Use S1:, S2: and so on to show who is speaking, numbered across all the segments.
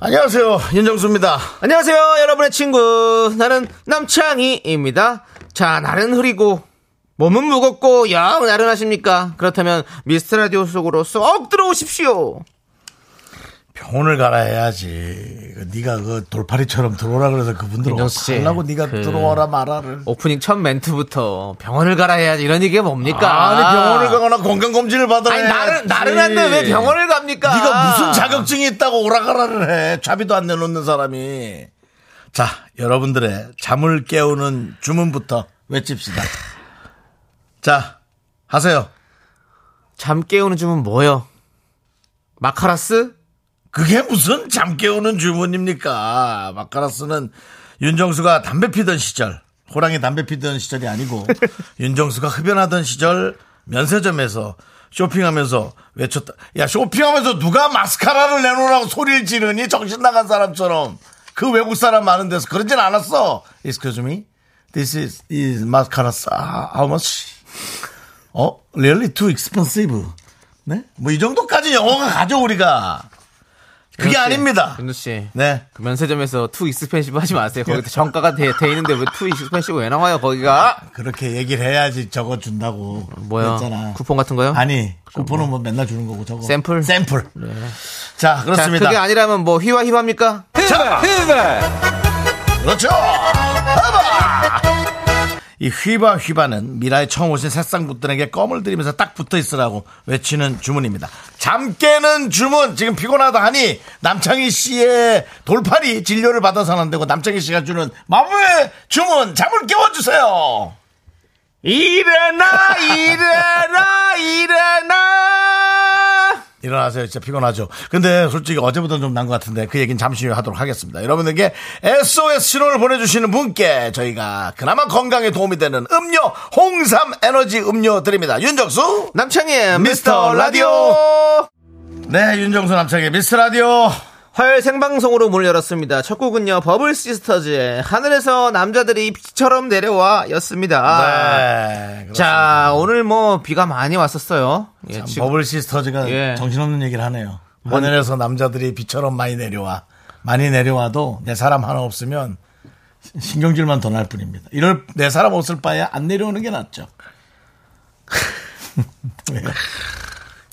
S1: 안녕하세요. 윤정수입니다.
S2: 안녕하세요, 여러분의 친구. 나는 남창희입니다. 자, 날은 흐리고, 몸은 무겁고, 영 나른하십니까? 그렇다면, 미스터 라디오 속으로 쏙 들어오십시오.
S1: 병원을 가라 해야지. 그 네가 그 돌파리처럼 들어오라 그래서 그분들
S2: 윤정수 씨,
S1: 어떡하려고 네가
S2: 그-
S1: 들어와라 말아를.
S2: 오프닝 첫 멘트부터 병원을 가라 해야지 이런 얘기가 뭡니까?
S1: 아, 니 병원을 가거나 건강검진을 받아라.
S2: 아니, 나른,
S1: 해야지.
S2: 나른한데 왜 병원을 갑니까?
S1: 네가 무슨 자격증이 있다고 오라가라를 해. 차비도 안 내놓는 사람이. 자, 여러분들의 잠을 깨우는 주문부터 외칩시다. 자, 하세요.
S2: 잠 깨우는 주문 뭐요? 마카라스?
S1: 그게 무슨 잠 깨우는 주문입니까? 마카라스는 윤정수가 담배 피던 시절, 호랑이 담배 피던 시절이 아니고 윤정수가 흡연하던 시절 면세점에서 쇼핑하면서 외쳤다. 야 쇼핑하면서 누가 마스카라를 내놓으라고 소리를 지르니 정신 나간 사람처럼 그 외국 사람 많은 데서 그러진 않았어. Excuse me, this is is mascaras. Ah, How much? 어, really too expensive. 네? 뭐 이 정도까지 영어가 가죠 우리가. 그게
S2: 윤호 씨,
S1: 아닙니다.
S2: 윤우 씨.
S1: 네.
S2: 그 면세점에서 투 익스펜시브 하지 마세요. 거기 정가가 돼, 돼 있는데 왜 투 익스펜시브 왜 나와요, 거기가?
S1: 그렇게 얘기를 해야지 적어 준다고.
S2: 뭐야?
S1: 그랬잖아.
S2: 쿠폰 같은 거요?
S1: 아니, 쿠폰은 뭐 맨날 주는 거고 저거.
S2: 샘플? 네.
S1: 샘플. 자,
S2: 자,
S1: 그렇습니다.
S2: 그게 아니라면 뭐 휘와 휘합니까?
S1: 자, 그렇죠. 휘바. 이 휘바 휘바는 미라에 처음 오신 새싹분들에게 껌을 들이면서 딱 붙어 있으라고 외치는 주문입니다. 잠 깨는 주문. 지금 피곤하다 하니 남창희 씨의 돌팔이 진료를 받아서는 안 되고 남창희 씨가 주는 마법의 주문 잠을 깨워주세요.
S2: 일어나 일어나 일어나
S1: 일어나세요. 진짜 피곤하죠. 근데 솔직히 어제보다는 좀 난 것 같은데 그 얘기는 잠시 후에 하도록 하겠습니다. 여러분에게 SOS 신호를 보내주시는 분께 저희가 그나마 건강에 도움이 되는 음료 홍삼 에너지 음료 드립니다. 윤정수
S2: 남창희의
S1: 미스터
S2: 미스터
S1: 라디오.
S2: 라디오
S1: 네 윤정수 남창의 미스라디오
S2: 화요일 생방송으로 문을 열었습니다. 첫 곡은요 버블 시스터즈의 하늘에서 남자들이 비처럼 내려와
S1: 아,
S2: 였습니다.
S1: 네. 자
S2: 자 오늘 뭐 비가 많이 왔었어요. 예, 지금
S1: 버블 시스터즈가
S2: 예.
S1: 정신없는 얘기를 하네요. 하늘에서 남자들이 비처럼 많이 내려와 많이 내려와도 내 사람 하나 없으면 신경질만 더 날 뿐입니다. 이럴 내 사람 없을 바에 안 내려오는 게 낫죠. 왜요?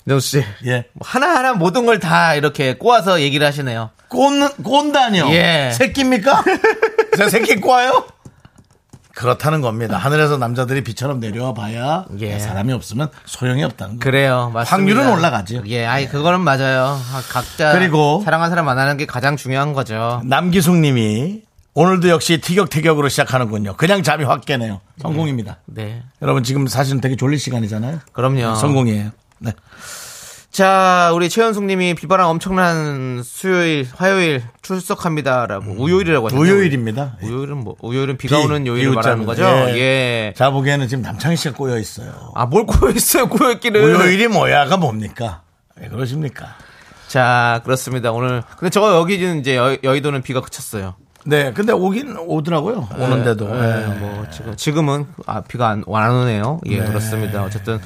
S2: 정수 씨
S1: 예.
S2: 뭐 하나 하나 모든 걸 다 이렇게 꼬아서 얘기를 하시네요.
S1: 꼰, 꼰다뇨?
S2: 예.
S1: 새끼입니까? 제 새끼 꽈요? 그렇다는 겁니다. 하늘에서 남자들이 비처럼 내려와 봐야
S2: 예.
S1: 사람이 없으면 소용이 없다는 거.
S2: 그래요. 맞습니다.
S1: 확률은 올라가죠.
S2: 예, 아이 그거는 맞아요. 아, 각자
S1: 그리고-
S2: 사랑하는 사람 만나는 게 가장 중요한 거죠.
S1: 남기숙 님이 오늘도 역시 티격태격으로 시작하는군요. 그냥 잠이 확 깨네요. 성공입니다.
S2: 네.
S1: 여러분 지금 사실은 되게 졸릴 시간이잖아요.
S2: 그럼요.
S1: 성공이에요. 네.
S2: 자, 우리 최현숙 님이 비바람 엄청난 수요일, 화요일 출석합니다라고 우요일이라고 하셨죠.
S1: 음. 우요일입니다. 예.
S2: 우요일은 뭐 우요일은 비가
S1: 비,
S2: 오는 요일을
S1: 이웃자는.
S2: 말하는 거죠.
S1: 예.
S2: 예.
S1: 자 보기에는 지금 남창희 씨가 꼬여 있어요.
S2: 아, 뭘 꼬였어요, 꼬였기를.
S1: 우요일이 뭐야가 뭡니까? 왜 그러십니까?
S2: 자, 그렇습니다. 오늘. 근데 저거 여기 지금 이제 여, 여의도는 비가 그쳤어요.
S1: 네, 근데 오긴 오더라고요. 오는데도.
S2: 예,
S1: 예.
S2: 뭐 지금 지금은 아, 비가 안, 안 오네요. 예, 그렇습니다. 어쨌든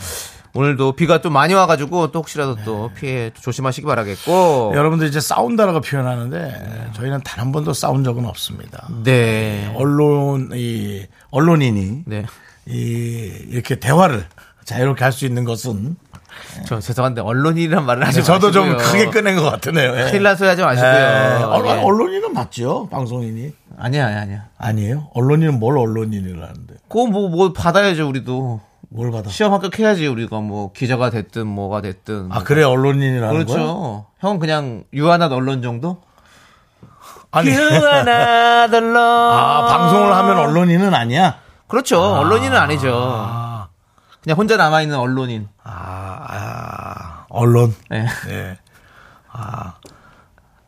S2: 오늘도 비가 또 많이 와가지고 또 혹시라도 또 피해 조심하시기 바라겠고.
S1: 여러분들 이제 싸운다라고 표현하는데 저희는 단 한 번도 싸운 적은 없습니다.
S2: 네.
S1: 언론 이 언론인이
S2: 네.
S1: 이 이렇게 대화를 자유롭게 할 수 있는 것은
S2: 저 죄송한데 언론이란 말을 하지
S1: 네, 저도 좀
S2: 마시고요.
S1: 크게 꺼낸 것 같으네요. 예.
S2: 네, 큰일 난 소리 하지 마시고요.
S1: 예. 언-
S2: 예.
S1: 언론인은 맞죠? 방송인이
S2: 아니야, 아니야, 아니야. 아니에요?
S1: 언론인은 뭘 언론인이라는데
S2: 그거 뭐, 뭐 받아야죠, 우리도.
S1: 뭘 받아?
S2: 시험 합격해야지, 우리가 뭐, 기자가 됐든, 뭐가 됐든.
S1: 아 그래 언론인이라는
S2: 그렇죠.
S1: 거야?
S2: 형은 그냥, 유한한 언론 정도?
S1: 아니
S2: 유한한 언론.
S1: 아 방송을 하면 언론인은 아니야?
S2: 그렇죠. 언론인은 아니죠. 그냥 혼자 남아있는 언론인.
S1: 아, 아, 언론
S2: 예.
S1: 예. 아,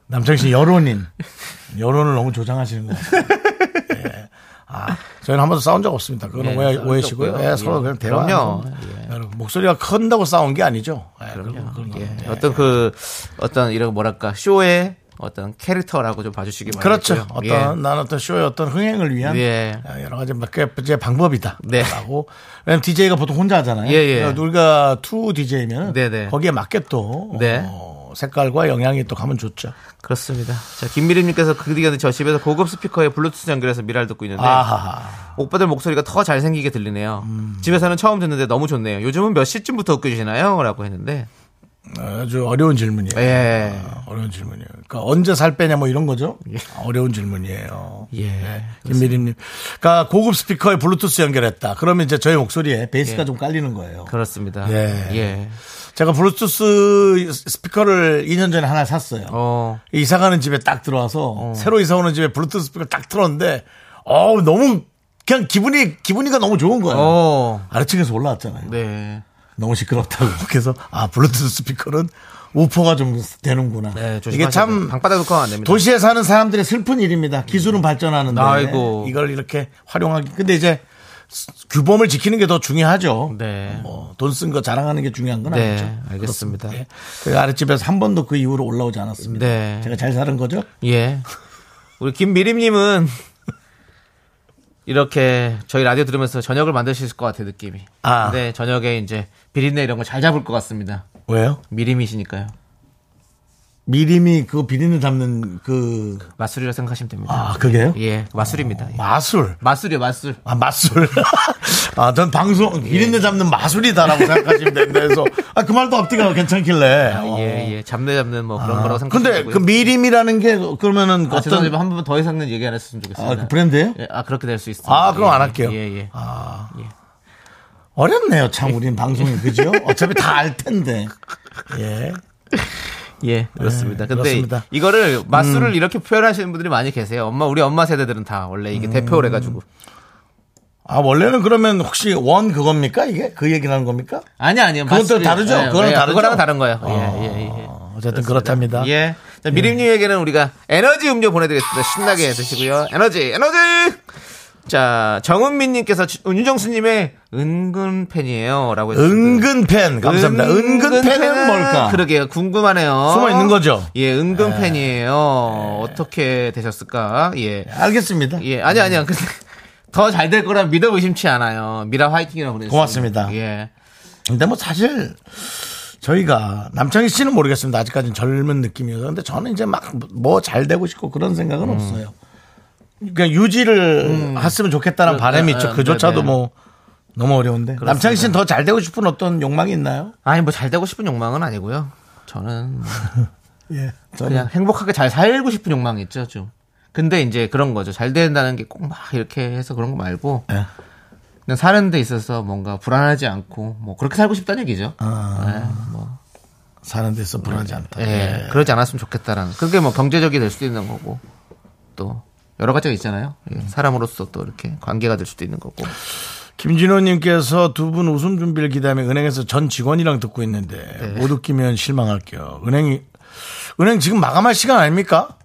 S1: 남창희 씨 여론인. 여론을 너무 조장하시는 것 같아요. 예. 아, 저희는 한 번도 싸운 적 없습니다. 그건
S2: 예,
S1: 오해,
S2: 싸운 적
S1: 오해시고요.
S2: 없고요.
S1: 예, 서로
S2: 예.
S1: 그냥 대화.
S2: 그럼요.
S1: 여러분, 목소리가 큰다고 싸운 게 아니죠. 예, 그런- 그런 거.
S2: 예,
S1: 예.
S2: 어떤 그 어떤 이런 뭐랄까 쇼의 어떤 캐릭터라고 좀 봐주시기 바랍니다.
S1: 그렇죠. 어떤 난 어떤 쇼의 어떤 흥행을 위한
S2: 예.
S1: 어, 여러 가지 몇 가지의 방법이다.
S2: 네.
S1: 라고. 왜냐면 DJ가 보통 혼자 하잖아요.
S2: 예, 예.
S1: 그러니까 우리가 투 DJ면
S2: 네, 네.
S1: 거기에 맞게 또
S2: 네.
S1: 어, 색깔과 영향이 또 가면 좋죠.
S2: 그렇습니다. 자 김미림님께서 그디가 저 집에서 고급 스피커에 블루투스 연결해서 미랄 듣고 있는데
S1: 아하.
S2: 오빠들 목소리가 더 잘생기게 들리네요. 집에서는 처음 듣는데 너무 좋네요. 요즘은 몇 시쯤부터 웃겨주시나요? 라고 했는데
S1: 아주 어려운 질문이에요.
S2: 예.
S1: 아, 어려운 질문이에요. 그러니까 언제 살 빼냐 뭐 이런 거죠? 아, 어려운 질문이에요.
S2: 예.
S1: 김미림님. 그러니까 고급 스피커에 블루투스 연결했다. 그러면 이제 저희 목소리에 베이스가
S2: 예.
S1: 좀 깔리는 거예요.
S2: 그렇습니다.
S1: 예.
S2: 예.
S1: 제가 블루투스 스피커를 2년 전에 하나 샀어요.
S2: 어.
S1: 이사 가는 집에 딱 들어와서 새로 이사 오는 집에 블루투스 스피커 딱 틀었는데 어우 너무 그냥 기분이 기분이가 너무 좋은 거예요.
S2: 어.
S1: 아래층에서 올라왔잖아요.
S2: 네.
S1: 너무 시끄럽다고 그래서 아 블루투스 스피커는 우퍼가 좀 되는구나.
S2: 네. 조심하세요.
S1: 이게 참
S2: 방바닥 녹화가 안 됩니다. 음.
S1: 도시에 사는 사람들의 슬픈 일입니다. 기술은 발전하는데
S2: 아이고.
S1: 이걸 이렇게 활용하기 근데 이제 스- 규범을 지키는 게 더 중요하죠. 뭐
S2: 네.
S1: 돈 쓴 거 자랑하는 게 중요한 건
S2: 네,
S1: 아니죠.
S2: 알겠습니다.
S1: 그렇습니다. 예. 그 아랫집에서 한 번도 그 이후로 올라오지 않았습니다.
S2: 네.
S1: 제가 잘 사는 거죠?
S2: 예. 우리 김미림님은 이렇게 저희 라디오 들으면서 저녁을 만드실 것 같아요, 느낌이.
S1: 아.
S2: 네, 저녁에 이제 비린내 이런 거 잘 잡을 것 같습니다.
S1: 왜요?
S2: 미림이시니까요.
S1: 미림이 그 비린내 잡는 그,
S2: 마술이라 생각하시면 됩니다.
S1: 아, 그게요?
S2: 예, 마술입니다. 예.
S1: 마술.
S2: 마술이요, 마술.
S1: 아, 마술. 아, 전 방송,
S2: 예.
S1: 비린내 잡는 마술이다라고 생각하시면 되는데, 그래서, 아, 그 말도 앞뒤가 괜찮길래. 어.
S2: 예, 예. 잡내 잡는 뭐 그런 거라고 생각하시면
S1: 근데 그 미림이라는 게, 그러면은
S2: 아,
S1: 어떤,
S2: 죄송합니다. 한 번 더 이상은 얘기 안 했으면 좋겠습니다.
S1: 아, 그 브랜드예요
S2: 예, 아, 그렇게 될 수 있습니다.
S1: 아, 그럼
S2: 예,
S1: 안 할게요. 아.
S2: 예, 예.
S1: 어렵네요, 참, 우린 방송이, 그죠? 어차피 다 알 텐데. 예.
S2: 예, 그렇습니다. 근데
S1: 네, 그렇습니다. 음.
S2: 이거를 맛술을 이렇게 표현하시는 분들이 많이 계세요. 엄마 우리 엄마 세대들은 다 원래
S1: 음.
S2: 이게 대표를 해 가지고.
S1: 아, 원래는 그러면 혹시 원 그겁니까? 이게? 그 얘기를 하는 겁니까?
S2: 아니 아니요.
S1: 그건 또
S2: 맛술이-
S1: 다르죠?
S2: 예,
S1: 그거랑
S2: 예,
S1: 다르죠?
S2: 그거랑 다른 거예요. 예,
S1: 아,
S2: 예, 예.
S1: 어쨌든 그렇답니다
S2: 예. 자, 미림님에게는 우리가 에너지 음료 보내드리겠습니다. 신나게 드시고요. 에너지, 에너지! 자, 정은민님께서 주- 윤정수님의 은근 팬이에요. 라고 해주셨는데.
S1: 은근 팬, 감사합니다. 은근 팬은
S2: 팬은
S1: 뭘까?
S2: 그러게요. 궁금하네요.
S1: 숨어 있는 거죠? 예.
S2: 예, 은근 팬이에요. 어떻게 되셨을까? 예.
S1: 알겠습니다.
S2: 예, 아니, 아니요. 근데 더 잘 될 거란 믿어 의심치 않아요. 미라 화이팅이라고 보내주셨습니다.
S1: 고맙습니다.
S2: 예.
S1: 근데 뭐 사실 저희가 남창희 씨는 모르겠습니다. 아직까지는 젊은 느낌이어서. 근데 저는 이제 막 뭐 잘 되고 싶고 그런 생각은 없어요. 그냥 유지를 했으면 좋겠다는 바람이
S2: 아,
S1: 있죠.
S2: 아,
S1: 음. 그조차도
S2: 네네.
S1: 뭐 너무 어려운데. 남창희 씨는 더 잘 되고 싶은 어떤 욕망이 있나요?
S2: 아니, 뭐 잘 되고 싶은 욕망은 아니고요. 저는 뭐
S1: 예. 저는
S2: 그냥 행복하게 잘 살고 싶은 욕망이 있죠, 좀. 근데 이제 그런 거죠. 잘 된다는 게 꼭 막 이렇게 해서 그런 거 말고
S1: 예.
S2: 그냥 사는 데 있어서 뭔가 불안하지 않고 뭐 그렇게 살고 싶다는 얘기죠.
S1: 아, 네,
S2: 예, 뭐.
S1: 사는 데서 불안하지 않다.
S2: 예, 그러지 않았으면 좋겠다라는. 그게 뭐 경제적이 될 수도 있는 거고 또 여러 가지가 있잖아요. 예, 사람으로서 또 이렇게 관계가 될 수도 있는 거고.
S1: 김진호님께서 두 분 웃음 준비를 기대하며 은행에서 전 직원이랑 듣고 있는데 못 웃기면 실망할게요. 은행이 은행 지금 마감할 시간 아닙니까?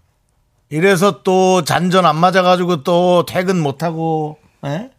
S1: 이래서 또 잔전 안 맞아가지고 또 퇴근 못 하고, 예?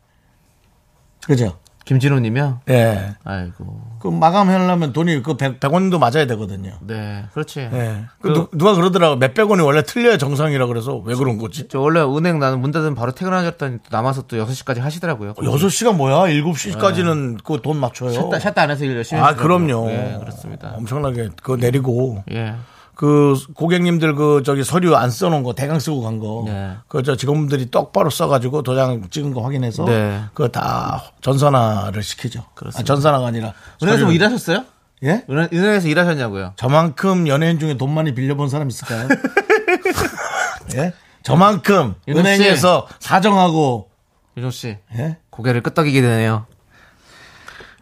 S1: 그죠?
S2: 김진호님이요.
S1: 예.
S2: 아이고.
S1: 그 마감하려면 돈이 그 100, 원도 맞아야 되거든요.
S2: 네, 그렇지.
S1: 예. 그 누- 누가 그러더라고 몇백 원이 원래 틀려야 정상이라 그래서 왜 그런 거지?
S2: 저 원래 은행 나는 문 닫으면 바로 퇴근하셨더니 또 남아서 또 6시까지 하시더라고요.
S1: 어, 6시가 뭐야? 7시까지는 그 돈 맞춰요.
S2: 샷다, 샷다 안 해서 일 열심히
S1: 아,
S2: 하시더라고요.
S1: 그럼요.
S2: 예, 그렇습니다.
S1: 엄청나게 그거 내리고
S2: 예.
S1: 그 고객님들 그 저기 서류 안 써놓은 거 대강 쓰고 간 거.
S2: 네.
S1: 그 저 직원분들이 똑바로 써가지고 도장 찍은 거 확인해서
S2: 네.
S1: 그거 다 전산화를 시키죠.
S2: 그렇습니다.
S1: 아, 전산화가 아니라
S2: 은행에서 뭐
S1: 서류를.
S2: 일하셨어요?
S1: 예?
S2: 은행, 은행에서 일하셨냐고요?
S1: 저만큼 연예인 중에 돈 많이 빌려본 사람 있을까요? 예? 저만큼
S2: 윤호 씨.
S1: 은행에서 사정하고
S2: 윤종 씨.
S1: 예?
S2: 고개를 끄덕이게 되네요.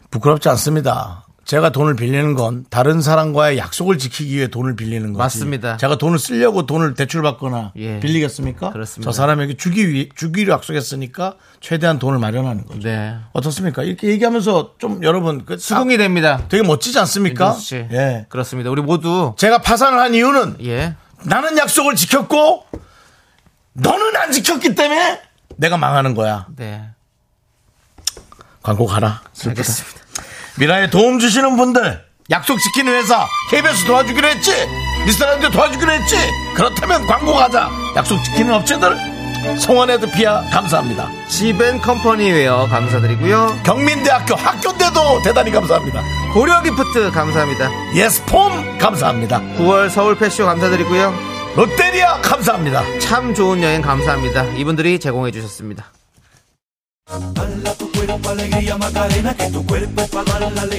S1: 부끄럽지 않습니다. 제가 돈을 빌리는 건 다른 사람과의 약속을 지키기 위해 돈을 빌리는 거지.
S2: 맞습니다.
S1: 제가 돈을 쓰려고 돈을 대출받거나
S2: 예.
S1: 빌리겠습니까?
S2: 그렇습니다.
S1: 저 사람에게 주기 위, 주기로 약속했으니까 최대한 돈을 마련하는 거죠.
S2: 네.
S1: 어떻습니까? 이렇게 얘기하면서 좀 여러분 그
S2: 수긍이 됩니다. 그러니까?
S1: 되게 멋지지 않습니까?
S2: 윤종 씨.
S1: 예.
S2: 그렇습니다. 우리 모두
S1: 제가 파산을 한 이유는
S2: 예.
S1: 나는 약속을 지켰고 너는 안 지켰기 때문에 내가 망하는 거야.
S2: 네.
S1: 광고 가라.
S2: 알겠습니다.
S1: 미라에 도움 주시는 분들 약속 지키는 회사 KBS 도와주기로 했지 미스터라디오 도와주기로 했지 그렇다면 광고 가자 약속 지키는 업체들 성원에드피아 감사합니다
S2: 지벤 컴퍼니웨어 감사드리고요.
S1: 경민대학교 학교대도 대단히 감사합니다
S2: 고려기프트 감사합니다.
S1: 예스폼 감사합니다
S2: 9월 서울 패쇼 감사드리고요.
S1: 롯데리아 감사합니다
S2: 참 좋은 여행 감사합니다. 이분들이 제공해 주셨습니다.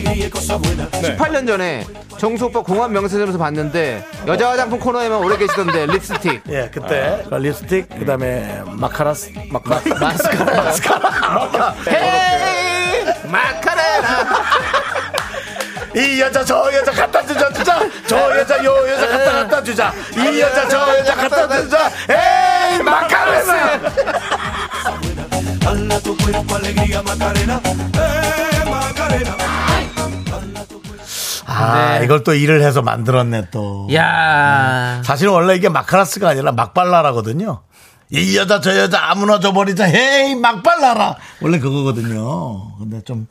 S3: 네.
S2: 18년 전에 정수 오빠 공항 명세점에서 봤는데 여자 화장품 코너에만 오래 계시던데 립스틱
S4: 예, 그때 그 립스틱, 그 다음에 마카라스, 마카라
S2: 마스카라 헤이 마카레라
S1: 이 여자 저 여자 갖다 주자 주자 저 여자 요 여자 갖다 갖다 주자 이 여자 저 여자 갖다 주자 에이 마카레나 아
S2: 네.
S1: 이걸 또 일을 해서 만들었네 또
S2: 야
S1: 사실 원래 이게 마카라스가 아니라 막발라라거든요. 이 여자 저 여자 아무나 줘버리자 헤이 막발라라 원래 그거거든요. 근데 좀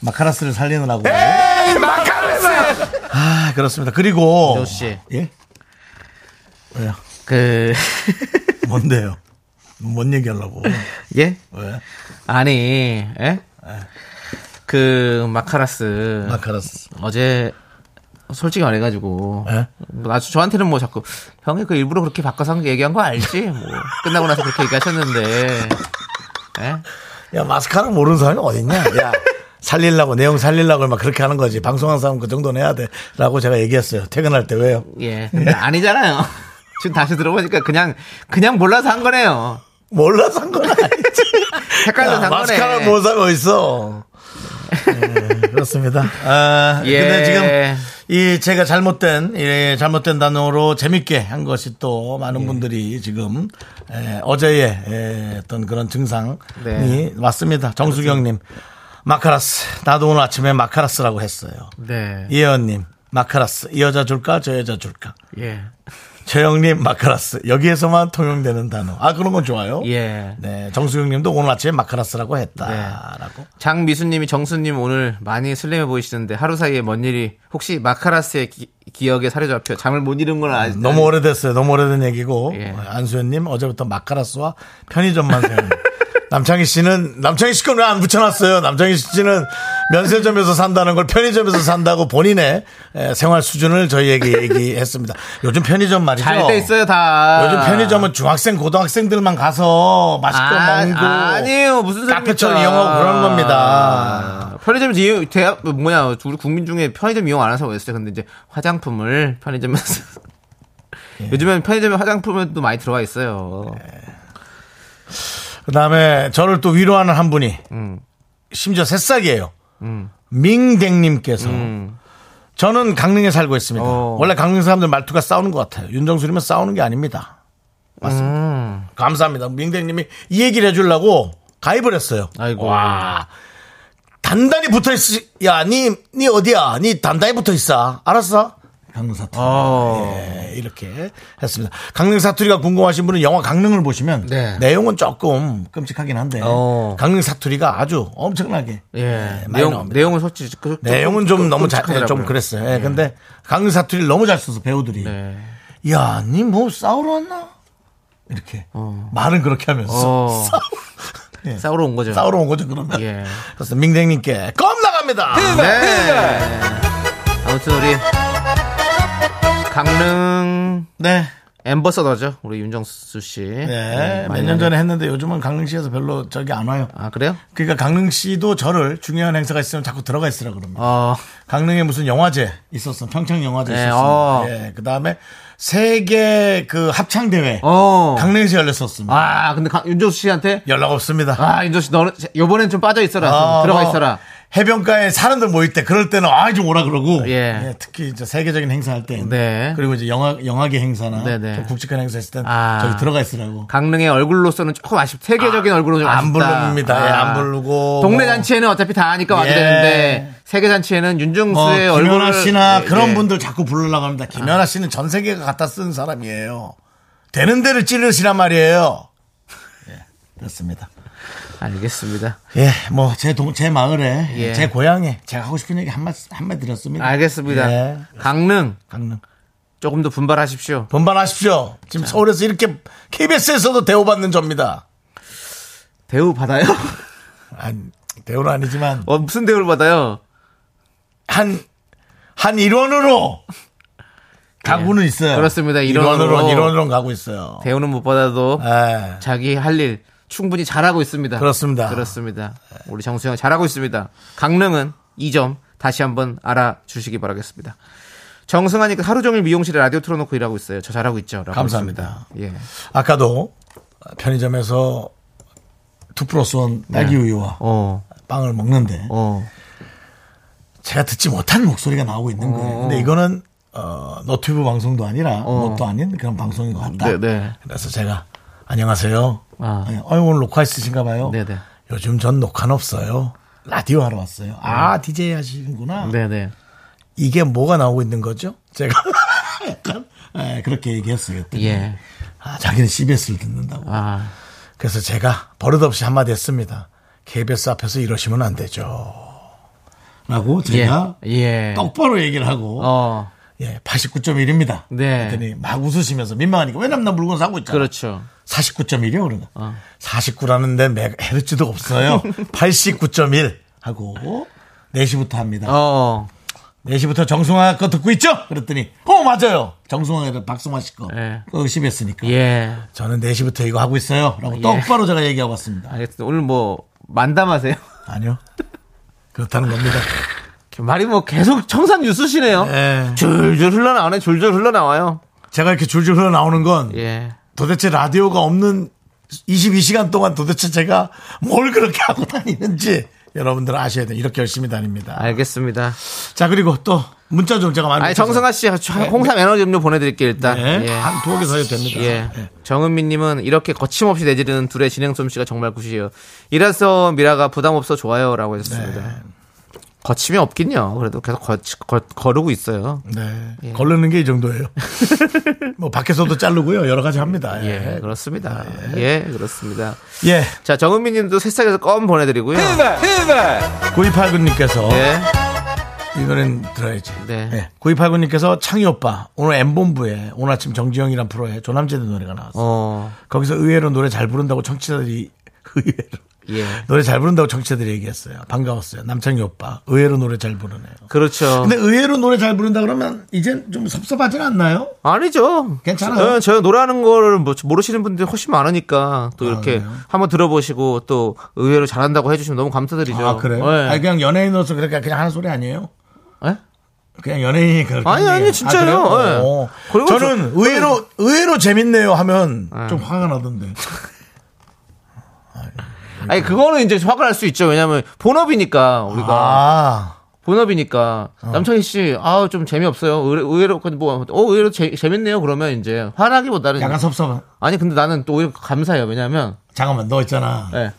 S1: 마카라스를 살리느라고. 헤이 마카라스. 아 그렇습니다. 그리고
S2: 민호 씨.
S1: 예
S2: 그,
S1: 뭔데요? 뭔 얘기하려고?
S2: 예?
S1: 왜
S2: 아니, 예? 그, 마카라스.
S1: 마카라스?
S2: 어제, 솔직히 말해가지고.
S1: 예?
S2: 뭐 나, 저한테는 뭐 자꾸, 형이 그 일부러 그렇게 바꿔서 한 거 얘기한 거 알지? 뭐, 끝나고 나서 그렇게 얘기하셨는데. 예?
S1: 야 마스카라 모르는 사람이 어딨냐? 야 살릴라고 내용 살릴라고 막 그렇게 하는 거지. 방송한 사람 그 정도는 해야 돼라고 제가 얘기했어요. 퇴근할 때 왜요?
S2: 예. 근데 아니잖아요. 지금 다시 들어보니까 그냥, 그냥 몰라서 한 거네요.
S1: 몰라서 한 건 아니지.
S2: 헷갈려서
S1: 야,
S2: 한 거네.
S1: 마스카라 뭐 못 사고 있어. 예, 그렇습니다. 아,
S2: 예.
S1: 근데 지금 이 제가 잘못된 예, 잘못된 단어로 재밌게 한 것이 또 많은 분들이 지금 예, 어제의 예, 어떤 그런 증상이
S2: 네.
S1: 왔습니다. 정수경님 마카라스 나도 오늘 아침에 마카라스라고 했어요.
S2: 네.
S1: 이혜원님 마카라스 이 여자 줄까 저 여자 줄까
S2: 예.
S1: 최영님 마카라스 여기에서만 통용되는 단어 아 그런 건 좋아요.
S2: 예.
S1: 네, 정수영님도 오늘 아침에 마카라스라고 했다라고.
S2: 네. 장미수님이 정수님 오늘 많이 슬림해 보이시는데 하루 사이에 뭔 일이 혹시 마카라스의 기, 기억에 사로잡혀 잠을 못 이룬 건 아직
S1: 너무 오래됐어요. 너무 오래된 얘기고
S2: 예.
S1: 안수현님 어제부터 마카라스와 편의점만 사는. 남창희 씨는 남창희 씨 건 왜 안 붙여놨어요? 남창희 씨는 면세점에서 산다는 걸 편의점에서 산다고 본인의 에, 생활 수준을 저희에게 얘기했습니다. 요즘 편의점 말이죠.
S2: 잘 돼 있어요 다.
S1: 요즘 편의점은 중학생, 고등학생들만 가서 맛있게
S2: 아,
S1: 먹고
S2: 아니에요 무슨 소리입니까?
S1: 카페처럼 이용하고 그런 겁니다.
S2: 편의점 이용 대학 뭐냐 우리 국민 중에 편의점 이용 안 하는 사람 있어요. 근데 이제 화장품을 편의점에서
S1: 예.
S2: 요즘엔 편의점에 화장품도 많이 들어가 있어요.
S1: 그다음에 저를 또 위로하는 한 분이 심지어 새싹이에요. 밍댕님께서 저는 강릉에 살고 있습니다.
S2: 어.
S1: 원래 강릉 사람들 말투가 싸우는 것 같아요. 윤정수님은 싸우는 게 아닙니다. 맞습니다.
S2: 음,
S1: 감사합니다. 밍댕님이 이 얘기를 해주려고 가입을 했어요.
S2: 아이고.
S1: 와. 단단히 붙어 있어. 야, 니, 니 어디야? 니 단단히 붙어 있어. 알았어? 강릉 사투리.
S2: 어.
S1: 예, 이렇게 했습니다. 강릉 사투리가 궁금하신 분은 영화 강릉을 보시면
S2: 네.
S1: 내용은 조금 끔찍하긴 한데
S2: 어.
S1: 강릉 사투리가 아주 엄청나게
S2: 예.
S1: 많이
S2: 내용
S1: 나옵니다.
S2: 내용은 솔직히 그-
S1: 내용은 좀 너무 잘, 좀
S2: 끔찍하더라고요.
S1: 그랬어요. 예, 근데 강릉 사투리를 너무 잘 써서 배우들이.
S2: 네.
S1: 야, 니 뭐 싸우러 왔나? 이렇게. 말은 그렇게 하면서.
S2: 어.
S1: 싸우, 예,
S2: 싸우러 온 거죠.
S1: 싸우러 온 거죠, 그러면.
S2: 예.
S1: 그래서 민댕님께 껌 나갑니다!
S2: 네. 아무튼 우리 강릉
S1: 네.
S2: 엠버서더죠. 우리 윤정수 씨.
S1: 네. 몇 년 전에 했는데 요즘은 강릉시에서 별로 저기 안 와요.
S2: 아 그래요?
S1: 그러니까 강릉시도 저를 중요한 행사가 있으면 자꾸 들어가 있으라 그럽니다.
S2: 어.
S1: 강릉에 무슨 영화제 있었어. 평창 영화제
S2: 네,
S1: 있었어.
S2: 어.
S1: 예. 그다음에 세계 그 합창 대회
S2: 어.
S1: 강릉에서 열렸었습니다.
S2: 아 근데 강, 윤정수 씨한테
S1: 연락 없습니다.
S2: 아 윤정수 씨 너는 요번엔 좀 빠져 있어라. 좀
S1: 어,
S2: 들어가
S1: 뭐
S2: 있어라.
S1: 해변가에 사람들 모일 때 그럴 때는 아 좀 오라 그러고
S2: 예.
S1: 예, 특히 이제 세계적인 행사할 때
S2: 네.
S1: 그리고 이제 영화 영화계 행사나
S2: 네, 네.
S1: 좀 굵직한 행사 했을 땐
S2: 아.
S1: 저기 들어가 있으라고
S2: 강릉의 얼굴로서는 조금 아쉽 세계적인 얼굴로 좀
S1: 안
S2: 아쉽다.
S1: 부릅니다. 예, 안 부르고
S2: 동네
S1: 뭐.
S2: 잔치에는 어차피 다 아니까 와도
S1: 예.
S2: 되는데 세계 잔치에는
S1: 뭐
S2: 윤정수의
S1: 김연아
S2: 얼굴을
S1: 씨나
S2: 예,
S1: 그런
S2: 예.
S1: 분들 자꾸 부르려고 합니다. 김연아 씨는 전 세계가 갖다 쓰는 사람이에요. 되는 데를 찌르시란 말이에요. 예, 그렇습니다.
S2: 알겠습니다.
S1: 예, 뭐, 제 동, 제 마을에,
S2: 예.
S1: 제 고향에, 제가 하고 싶은 얘기 한 말, 한말 드렸습니다.
S2: 알겠습니다.
S1: 예,
S2: 강릉
S1: 강릉.
S2: 조금 더 분발하십시오.
S1: 분발하십시오. 지금 서울에서 이렇게 KBS에서도 대우받는 접니다.
S2: 대우 받아요?
S1: 아니, 대우는 아니지만,
S2: 어, 무슨 대우를 받아요?
S1: 한, 한 일원으로 가고는 있어요.
S2: 예, 그렇습니다.
S1: 일원으로,
S2: 일원으로.
S1: 일원으로 가고 있어요.
S2: 대우는 못 받아도
S1: 예.
S2: 자기 할 일 충분히 잘하고 있습니다.
S1: 그렇습니다.
S2: 그렇습니다. 우리 정수영 잘하고 있습니다. 강릉은 이 점 다시 한번 알아주시기 바라겠습니다. 정승하니까 하루 종일 미용실에 라디오 틀어놓고 일하고 있어요. 저 잘하고 있죠. 라고
S1: 감사합니다.
S2: 했습니다. 예.
S1: 아까도 편의점에서 투 플러스 원 딸기 우유와
S2: 어,
S1: 빵을 먹는데
S2: 어.
S1: 제가 듣지 못한 목소리가 나오고 있는 거예요. 근데 이거는 어, 너튜브 방송도 아니라 뭣도 아닌 그런 방송인 것 같다.
S2: 어. 네, 네.
S1: 그래서 제가 안녕하세요.
S2: 아.
S1: 아. 오늘 녹화 있으신가 봐요.
S2: 네, 네.
S1: 요즘 전 녹화는 없어요. 라디오 하러 왔어요. 아, 디제이 하시는구나.
S2: 네. 네네.
S1: 이게 뭐가 나오고 있는 거죠? 제가 약간 예, 그렇게 얘기했어요. 그랬더니
S2: 예.
S1: 아, 자기는 CBS를 듣는다고.
S2: 아,
S1: 그래서 제가 버릇없이 한마디 했습니다. KBS 앞에서 이러시면 안 되죠. 라고 제가
S2: 예. 예.
S1: 똑바로 얘기를 하고
S2: 어,
S1: 예, 89.1입니다.
S2: 네.
S1: 그랬더니 막 웃으시면서 민망하니까 왜냐면 나 물건 사고 있잖아.
S2: 그렇죠. 어.
S1: 49.1이요, 그러면. 49라는데 메 헤르츠도 없어요. 89.1 하고 4시부터 합니다.
S2: 어,
S1: 4시부터 정승화 거 듣고 있죠? 그랬더니 어, 맞아요. 정승화가 박승화 씨 거.
S2: 예.
S1: 그거 심했으니까.
S2: 예.
S1: 저는 4시부터 이거 하고 있어요. 라고 똑바로 제가 얘기하고 왔습니다.
S2: 알겠습니다. 오늘 뭐, 만담하세요?
S1: 아니요. 그렇다는 겁니다.
S2: 말이 뭐 계속 청산 뉴스시네요.
S1: 예.
S2: 줄줄 흘러나오네, 줄줄 흘러나와요.
S1: 제가 이렇게 줄줄 흘러나오는 건
S2: 예.
S1: 도대체 라디오가 없는 22시간 동안 도대체 제가 뭘 그렇게 하고 다니는지 여러분들 아셔야 돼요. 이렇게 열심히 다닙니다.
S2: 알겠습니다.
S1: 자, 그리고 또 문자 좀 제가 많이.
S2: 아니, 정성아 씨, 홍삼 에너지 음료 보내드릴게요, 일단.
S1: 네.
S2: 예.
S1: 한 두어 개 사야 됩니다.
S2: 예.
S1: 예.
S2: 정은미님은 이렇게 거침없이 내지르는 둘의 진행 솜씨가 정말 굿이에요. 이래서 미라가 부담 없어 좋아요라고 했습니다.
S1: 네.
S2: 거침이 없긴요. 그래도 계속 거, 거, 거르고 있어요.
S1: 네.
S2: 예.
S1: 걸르는 게 이 정도예요. 뭐 밖에서도 자르고요. 여러 가지 합니다.
S2: 예,
S1: 예.
S2: 그렇습니다. 예, 그렇습니다.
S1: 예.
S2: 자, 정은미님도 새싹에서 껌 보내드리고요.
S1: 네, 9289님께서
S2: 예.
S1: 이 노래는 들어야지.
S2: 네.
S1: 네. 9289님께서 창희 오빠, 오늘 M본부에 오늘 아침 정지영이란 프로에 조남재의 노래가 나왔어. 요
S2: 어,
S1: 거기서 의외로 노래 잘 부른다고 청취자들이 의외로.
S2: 예.
S1: 노래 잘 부른다고 청취자들이 얘기했어요. 반가웠어요. 남창희 오빠. 의외로 노래 잘 부르네요.
S2: 그렇죠.
S1: 근데 의외로 노래 잘 부른다 그러면 이젠 좀 섭섭하진 않나요?
S2: 아니죠.
S1: 괜찮아요.
S2: 예, 저 노래하는 걸 뭐- 모르시는 분들이 훨씬 많으니까 또 이렇게
S1: 그래요?
S2: 한번 들어보시고 또 의외로 잘한다고 해주시면 너무 감사드리죠.
S1: 아, 그래요?
S2: 예.
S1: 아니, 그냥 연예인으로서 그렇게 그냥 하는 소리 아니에요?
S2: 예?
S1: 그냥 연예인이 그렇게.
S2: 아니,
S1: 하는
S2: 아니,
S1: 얘기예요.
S2: 진짜예요.
S1: 아, 그래요?
S2: 예.
S1: 어.
S2: 그리고
S1: 저는 의외로, 의외로 재밌네요 하면 좀 화가 나던데.
S2: 아니 그거는 이제 화가 날 수 있죠. 왜냐면 본업이니까 우리가
S1: 아. 어.
S2: 본업이니까 남창희 씨, 아 좀 재미없어요. 의외- 의외로 근데 뭐, 어 의외로 재, 재밌네요. 그러면 이제 화나기보다는
S1: 약간 섭섭한.
S2: 아니 근데 나는 또 오히려 감사해요. 왜냐면
S1: 잠깐만, 너 있잖아.
S2: 예.
S1: 네.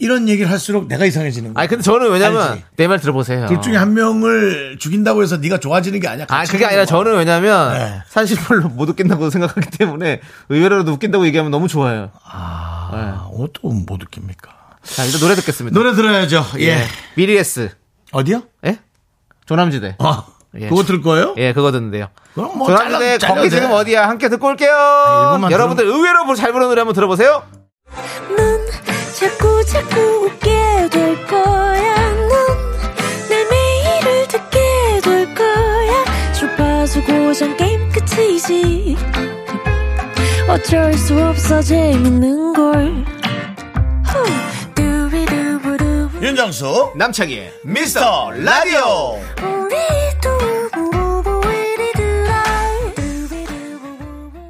S1: 이런 얘기를 할수록 내가 이상해지는 거야.
S2: 아니 근데 저는 왜냐면
S1: 알지.
S2: 내 말 들어보세요.
S1: 둘 중에 한 명을 죽인다고 해서 네가 좋아지는 게 아니야.
S2: 아
S1: 같이
S2: 그게 아니라
S1: 죽이는 거야.
S2: 저는 왜냐면
S1: 네.
S2: 사실 별로 못 웃긴다고 생각하기 때문에 의외로도 웃긴다고 얘기하면 너무 좋아요. 아.
S1: 아, 옷도 못 웃깁니까?
S2: 자 일단 노래 듣겠습니다.
S1: 노래 들어야죠. 예.
S2: 미리에스,
S1: 어디요?
S2: 예? 조남지대.
S1: 아,
S2: 예.
S1: 그거 들 거예요?
S2: 예, 그거 듣는데요.
S1: 그럼 뭐
S2: 조남지대
S1: 잘라-
S2: 거기
S1: 잘라도
S2: 지금
S1: 돼. 아,
S2: 어디야? 함께 듣고 올게요.
S1: 일본만
S2: 여러분들 의외로 잘 부르는 노래 한번 들어보세요.
S5: 넌 자꾸 자꾸 웃게 될 거야. 넌내 매일을 듣게 될 거야. 주파수 고정 게임 끝이지. 어쩔 수 없어 재밌는 걸. 후. 두비두부두.
S1: 윤정수,
S2: 남창희의
S1: 미스터 라디오.
S5: 우리 두부부부 우리 두라. 두비두부부부.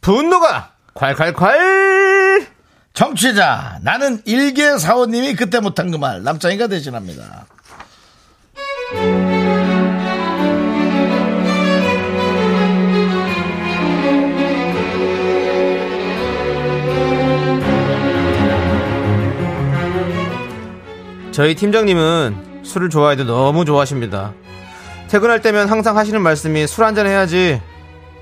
S2: 분노가 콸콸콸
S1: 정취자 나는 일개 사원님이 그때 못한 그 말 남창이가 대신합니다.
S2: 저희 팀장님은 술을 좋아해도 너무 좋아하십니다. 퇴근할 때면 항상 하시는 말씀이 술 한잔 해야지.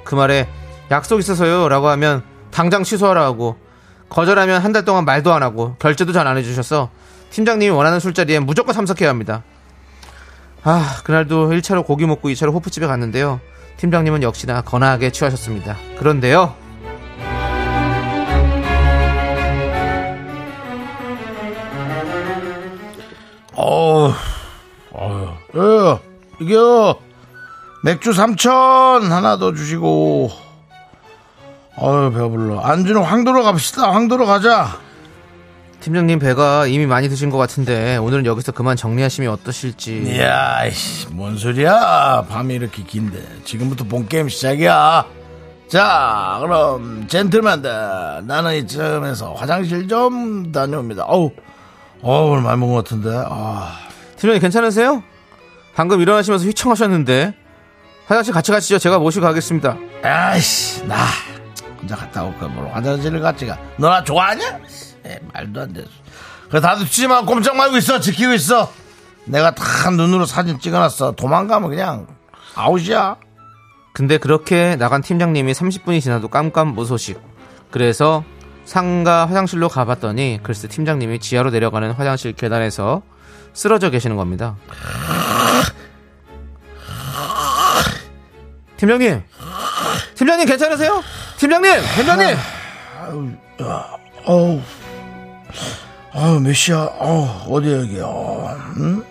S2: 그 말에 약속 있어서요 라고 하면 당장 취소하라 하고 거절하면 한 달 동안 말도 안 하고 결제도 잘 안 해주셔서 팀장님이 원하는 술자리에 무조건 참석해야 합니다. 아 그날도 1차로 고기 먹고 2차로 호프집에 갔는데요. 팀장님은 역시나 거나하게 취하셨습니다. 그런데요.
S1: 어우, 어휴, 예, 이게 맥주 3천 하나 더 주시고, 어휴, 배불러. 안주는 황도로 갑시다. 황도로 가자.
S2: 팀장님 배가 이미 많이 드신 것 같은데 오늘은 여기서 그만 정리하시면 어떠실지
S1: 네. 이야, 이씨, 뭔 소리야. 밤이 이렇게 긴데. 지금부터 본게임 시작이야. 자, 그럼, 젠틀맨들. 나는 이쯤에서 화장실 좀 다녀옵니다. 어우, 어우, 오늘 많이 먹은 것 같은데. 아.
S2: 팀장님 괜찮으세요? 방금 일어나시면서 휘청하셨는데 화장실 같이 가시죠 제가 모시고 가겠습니다
S1: 아이씨 나 혼자 갔다 올까 뭐 화장실을 같이 가 너나 좋아하냐? 에, 말도 안 돼. 그래 다들 치지만 꼼짝 말고 있어 지키고 있어. 내가 다 눈으로 사진 찍어놨어. 도망가면 그냥 아웃이야.
S2: 근데 그렇게 나간 팀장님이 30분이 지나도 깜깜 무소식 그래서 상가 화장실로 가봤더니 글쎄 팀장님이 지하로 내려가는 화장실 계단에서 쓰러져 계시는 겁니다 팀장님 팀장님 괜찮으세요? 팀장님 팀장님
S1: 어우 어우 몇 시야? 어우 어디 여기? 어, 응?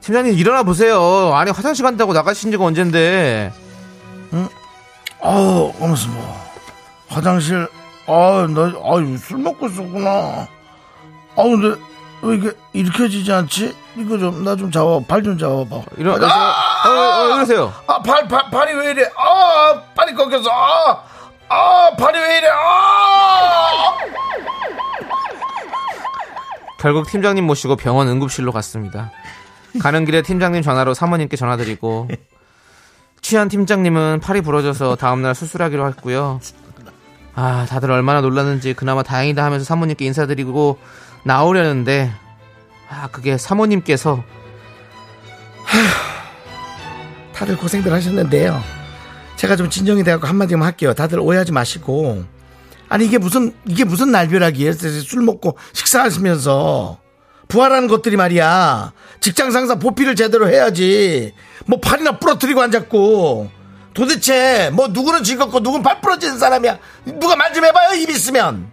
S2: 팀장님 일어나 보세요 아니 화장실 간다고 나가신 지가 언젠데
S1: 어우 어머스 뭐 화장실 아나아술 먹고 있었구나. 아 근데 왜 이게 일으켜지지 않지? 이거 좀 나 좀 잡아 발 좀 잡아봐.
S2: 일어, 일어세요 어, 어, 이러세요.
S1: 아, 발, 발, 발이 왜 이래? 아, 발이 꺾였어. 아, 아, 발이 왜 이래? 아!
S2: 결국 팀장님 모시고 병원 응급실로 갔습니다. 가는 길에 팀장님 전화로 사모님께 전화드리고 취한 팀장님은 팔이 부러져서 다음날 수술하기로 했고요. 아 다들 얼마나 놀랐는지 그나마 다행이다 하면서 사모님께 인사드리고 나오려는데 아 그게 사모님께서
S1: 다들 고생들 하셨는데요. 제가 좀 진정이 돼갖고 한마디만 할게요. 다들 오해하지 마시고. 아니, 이게 무슨, 이게 무슨 날벼락이에요? 술 먹고 식사하시면서. 부활하는 것들이 말이야. 직장 상사 보필을 제대로 해야지. 뭐 팔이나 부러뜨리고 앉았고. 도대체 뭐 누구는 즐겁고 누군 발 부러지는 사람이야. 누가 말 좀 해봐요, 입 있으면.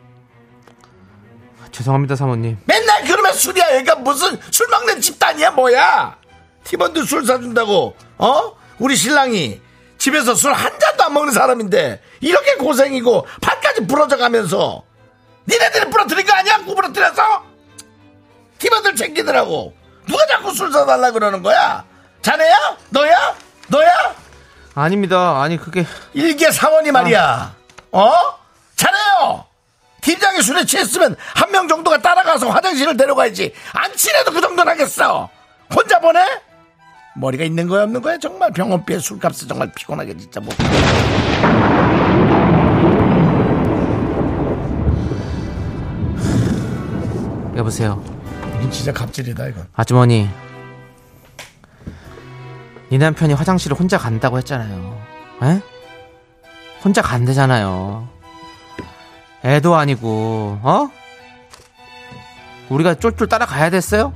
S2: 죄송합니다 사모님
S1: 맨날 그러면 술이야. 얘가 무슨 술 먹는 집단이야, 뭐야? 팀원들 술 사준다고, 어? 우리 신랑이 집에서 술 한 잔도 안 먹는 사람인데, 이렇게 고생이고, 팔까지 부러져 가면서, 니네들이 부러뜨린 거 아니야? 구부러뜨려서? 팀원들 챙기더라고. 누가 자꾸 술 사달라 그러는 거야? 자네야? 너야? 너야?
S2: 아닙니다 아니 그게
S1: 일개 사원이 말이야. 어? 잘해요. 팀장이 술에 취했으면 한 명 정도가 따라가서 화장실을 데려가야지. 안 친해도 그 정도는 하겠어. 혼자 보내? 머리가 있는 거야 없는 거야? 정말 병원비에 술값이 정말 피곤하게 진짜 못.
S2: 여보세요
S1: 이건 진짜 갑질이다 이건.
S2: 아주머니 네 남편이 화장실을 혼자 간다고 했잖아요 에? 혼자 간대잖아요 애도 아니고 어? 우리가 쫄쫄 따라가야 됐어요?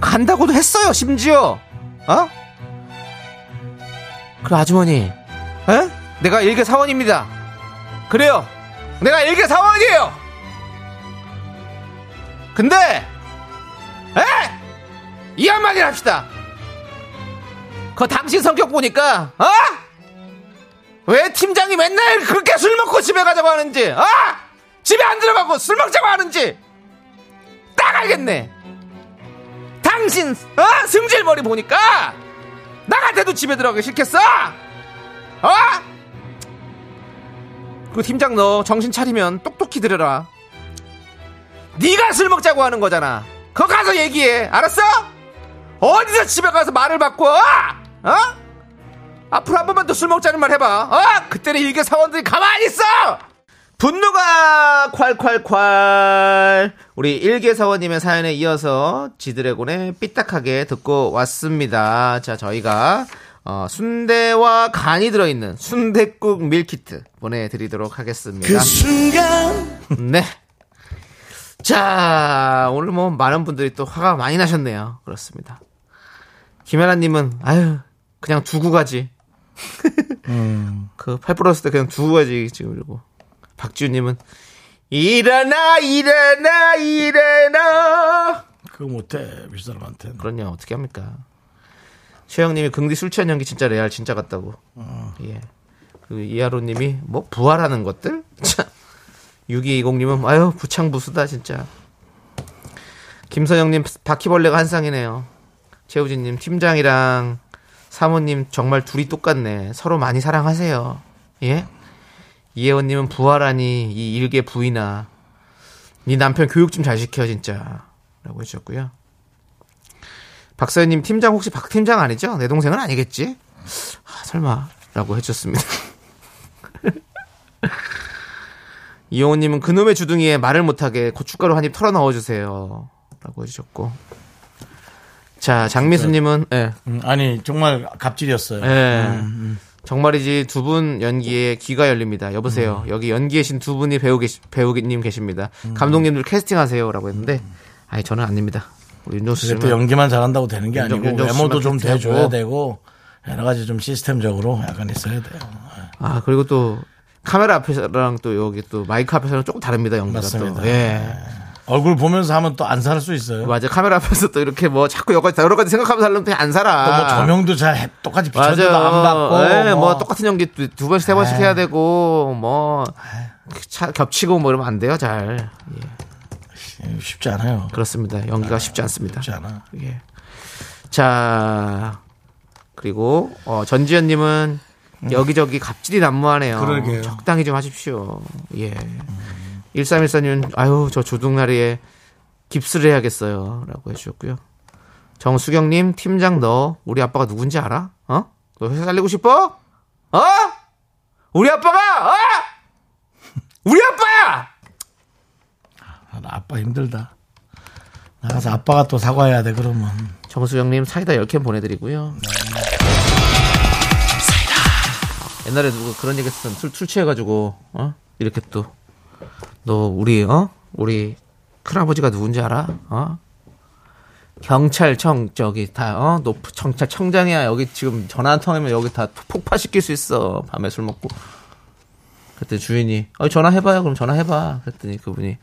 S2: 간다고도 했어요 심지어 어? 그 아주머니 에? 내가 일개 사원입니다 그래요 내가 일개 사원이에요 근데 에? 이 한마디를 합시다. 그 당신 성격 보니까, 어? 왜 팀장이 맨날 그렇게 술 먹고 집에 가자고 하는지, 어? 집에 안 들어가고 술 먹자고 하는지, 딱 알겠네. 당신, 어? 승질머리 보니까, 나갈 때도 집에 들어가기 싫겠어? 어? 그 팀장 너 정신 차리면 똑똑히 들으라. 네가 술 먹자고 하는 거잖아. 거 가서 얘기해. 알았어? 어디서 집에 가서 말을 바꿔? 어? 앞으로 한 번만 더 술 먹자는 말 해봐. 어? 그때는 일개 사원들이 가만히 있어. 분노가 콸콸콸. 우리 일개 사원님의 사연에 이어서 지드래곤의 삐딱하게 듣고 왔습니다. 자, 저희가 어, 순대와 간이 들어있는 순대국 밀키트 보내드리도록 하겠습니다.
S4: 순간
S2: 네. 자, 오늘 뭐 많은 분들이 또 화가 많이 나셨네요. 그렇습니다. 김혜라님은, 아유, 그냥 두고 가지. 그, 팔 부러졌을 때 그냥 두고 가지, 지금 그리고. 박지훈님은, 일어나, 일어나, 일어나.
S1: 그거 못해 윗사람한테.
S2: 그런 영 어떻게 합니까? 최영님이 긍디 술 취한 연기 진짜 레알 진짜 같다고. 예. 그 이하로님이 뭐 부활하는 것들? 참. 6220님은 아유 부창부수다 진짜. 김서영님 바퀴벌레가 한 쌍이네요. 최우진님 팀장이랑 사모님 정말 둘이 똑같네. 서로 많이 사랑하세요. 예. 이혜원님은 부활하니 이 일개 부인아. 네 남편 교육 좀 잘 시켜 진짜.라고 해주셨고요. 박서연님 팀장 혹시 박 팀장 아니죠? 내 동생은 아니겠지? 아, 설마라고 해주셨습니다. 이용호님은 그놈의 주둥이에 말을 못하게 고춧가루 한 입 털어 넣어주세요라고 해주셨고 자 장미수님은 예
S1: 음, 아니 정말 갑질이었어요.
S2: 예.
S1: 음,
S2: 정말이지 두 분 연기에 귀가 열립니다. 여보세요.
S1: 음.
S2: 여기 연기계신 두 분이 배우 계시, 배우님 계십니다. 감독님들 캐스팅하세요라고 했는데 아니 저는 아닙니다. 우리 윤종수
S1: 그게 또
S2: 씨는
S1: 연기만 잘한다고 되는 게 아니고
S2: 윤정 씨만
S1: 외모도 좀
S2: 그렇게
S1: 돼줘야
S2: 하고.
S1: 되고 여러 가지 좀 시스템적으로 약간 있어야 돼요.
S2: 아 그리고 또 카메라 앞에서랑 또 여기 또 마이크 앞에서는 조금 다릅니다 연기가
S1: 맞습니다. 네.
S2: 또. 예.
S1: 얼굴 보면서 하면 또 안 살 수 있어요.
S2: 맞아 카메라 앞에서 또 이렇게 뭐 자꾸 여러 가지 여러 가지 생각하면서 살려면 그냥 안 살아.
S1: 또 뭐 조명도 잘 해- 똑같이
S2: 맞아요.
S1: 비춰도 안 받고 네.
S2: 예, 뭐. 똑같은 연기 두, 두 번씩 세 번씩 해야 되고 뭐 차- 겹치고 뭐 이러면 안 돼요 잘. 예,
S1: 예, 쉽지 않아요.
S2: 그렇습니다. 연기가 쉽지 않습니다.
S1: 네. 쉽지 않아.
S2: 예. 자 그리고 어, 전지현님은 여기저기 갑질이 난무하네요.
S1: 음. 그러게요.
S2: 적당히 좀 하십시오. 예. 1314님 아유 저 조둥나리에 깁스를 해야겠어요라고 해주셨고요. 정수경님 팀장 너 우리 아빠가 누군지 알아? 어? 너 회사 살리고 싶어? 어? 우리 아빠가 어? 우리 아빠야!
S1: 아, 나 아빠 힘들다. 나가서 아빠가 또 사과해야 돼 그러면.
S2: 정수영님 사이다 10캔 보내드리고요. 옛날에 누가 그런 얘기 했었던 술, 술 취해가지고, 어? 이렇게 또, 너, 우리, 어? 우리 큰아버지가 누군지 알아? 어? 경찰청, 저기 다, 어? 높, 경찰, 청장이야. 여기 지금 전화 한 통하면 여기 다 폭파시킬 수 있어. 밤에 술 먹고. 그때 주인이, 어, 전화해봐요. 그럼 전화해봐. 그랬더니 그분이,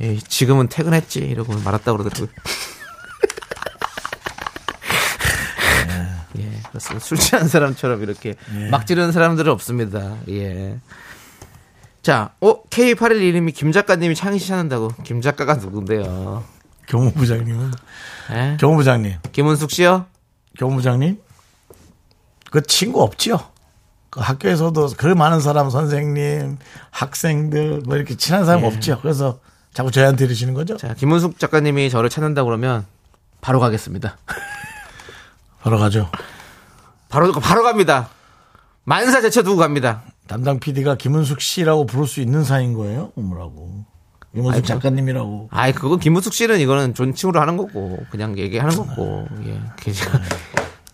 S2: 에이, 지금은 퇴근했지. 이러고 말았다 그러더라고요. 예, 그렇습니다. 술 취한 사람처럼 이렇게 막 지르는 사람들은 없습니다. 예. 자, 어, K811님이 김 작가님이 창의 씨 하는다고. 김 작가가 누군데요?
S1: 교무부장님은
S2: 예?
S1: 교무부장님
S2: 김은숙 씨요?
S1: 교무장님 그 친구 없지요? 그 학교에서도 그 많은 사람 선생님 학생들 뭐 이렇게 친한 사람 없지요? 그래서 자꾸 저희한테 이러시는 거죠?
S2: 예. 자, 김은숙 작가님이 저를 찾는다 그러면 바로 가겠습니다.
S1: 바로 가죠.
S2: 바로, 바로 갑니다. 만사 제쳐 두고 갑니다.
S1: 담당 PD가 김은숙 씨라고 부를 수 있는 사이인 거예요? 뭐라고? 김은숙 작가님이라고.
S2: 아이, 그건 김은숙 씨는 이거는 존칭으로 하는 거고, 그냥 얘기하는 거고, 예. 그,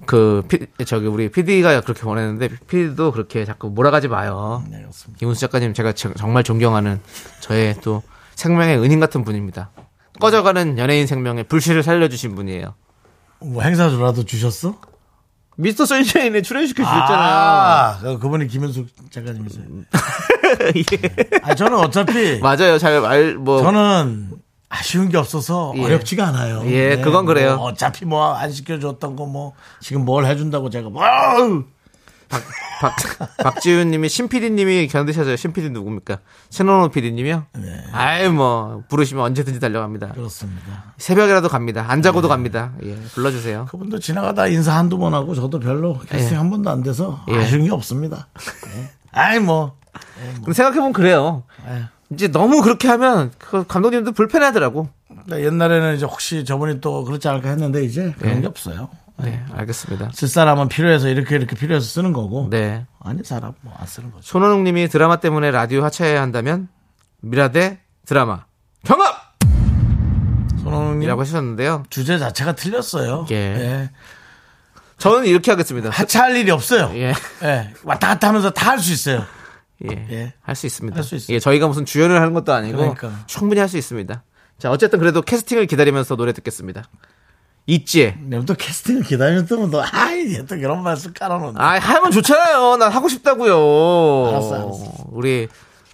S2: 그, 피- 저기, 우리 PD가 그렇게 보냈는데, PD도 그렇게 자꾸 몰아가지 마요.
S1: 네, 그렇습니다.
S2: 김은수 작가님 제가 정- 정말 존경하는 저의 또 생명의 은인 같은 분입니다. 꺼져가는 연예인 생명의 불씨를 살려주신 분이에요.
S1: 뭐 행사주라도 주셨어?
S2: 미스터 선샤인에 출연시켜 주셨잖아요.
S1: 아, 그- 그분이 김은숙 작가님이세요. 아, 저는 어차피
S2: 예. 맞아요. 잘 알 뭐
S1: 저는 아쉬운 게 없어서
S2: 예.
S1: 어렵지가 않아요.
S2: 예, 그건 그래요.
S1: 뭐 어차피 뭐 안 시켜줬던 거 뭐 지금 뭘 해준다고 제가 뭐 와우!
S2: 박, 박지윤님이 신PD님이 견디셔서요. 신PD 누굽니까? 신원호 PD님이요.
S1: 네.
S2: 아이 뭐 부르시면 언제든지 달려갑니다.
S1: 그렇습니다.
S2: 새벽이라도 갑니다. 안 자고도 갑니다. 예, 불러주세요.
S1: 네. 그분도 지나가다 인사 한두 번 하고 저도 별로 캐스팅 한 번도 안 돼서
S2: 예.
S1: 아쉬운 게 없습니다. 예. 아이 뭐 네.
S2: 근데 생각해보면 그래요. 이제 너무 그렇게 하면 그 감독님도 불편하더라고.
S1: 나 옛날에는 이제 혹시 저분이 또 그렇지 않을까 했는데 이제 그런
S2: 네.
S1: 게 없어요.
S2: 네, 알겠습니다.
S1: 쓸 사람은 필요해서 이렇게 이렇게 필요해서 쓰는 거고.
S2: 네.
S1: 아니 사람 뭐 안 쓰는 거죠.
S2: 손원웅 님이 드라마 때문에 라디오 하차해야 한다면 미라대 드라마 경합이라고
S1: 손흥민
S2: 하셨는데요.
S1: 주제 자체가 틀렸어요.
S2: 예.
S1: 예.
S2: 저는 이렇게 하겠습니다.
S1: 하차할 일이 없어요. 예.
S2: 예.
S1: 왔다 갔다 하면서 다 할 수 있어요.
S2: 예.
S1: 예.
S2: 할 수 있습니다.
S1: 할수 있어요.
S2: 예, 저희가 무슨 주연을 하는 것도 아니고
S1: 그러니까.
S2: 충분히 할 수 있습니다. 자, 어쨌든 그래도 캐스팅을 기다리면서 노래 듣겠습니다. 있지에.
S1: 내가 또 캐스팅을 기다렸더니 또 아이 얘또 그런 말씀 깔아놓는.
S2: 아, 하면 좋잖아요. 난 하고 싶다고요.
S1: 알았어, 알았어.
S2: 우리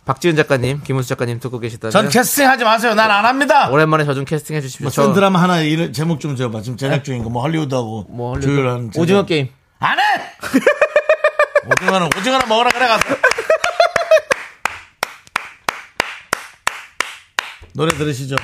S2: 박지은 작가님, 김은수 작가님 듣고 계시다면
S1: 전 캐스팅 하지 마세요. 난 안 합니다.
S2: 오랜만에 저 좀 캐스팅 해 주십시오.
S1: 뭐 쓴 드라마 하나 이름- 제목 좀 지어봐. 지금 제작 중인 거 뭐 할리우드하고
S2: 뭐 하려고-
S1: 조율하는 제작.
S2: 오징어 게임.
S1: 안 해! 오징어는 오징어나 먹으라 그래 가서. 노래 들으시죠.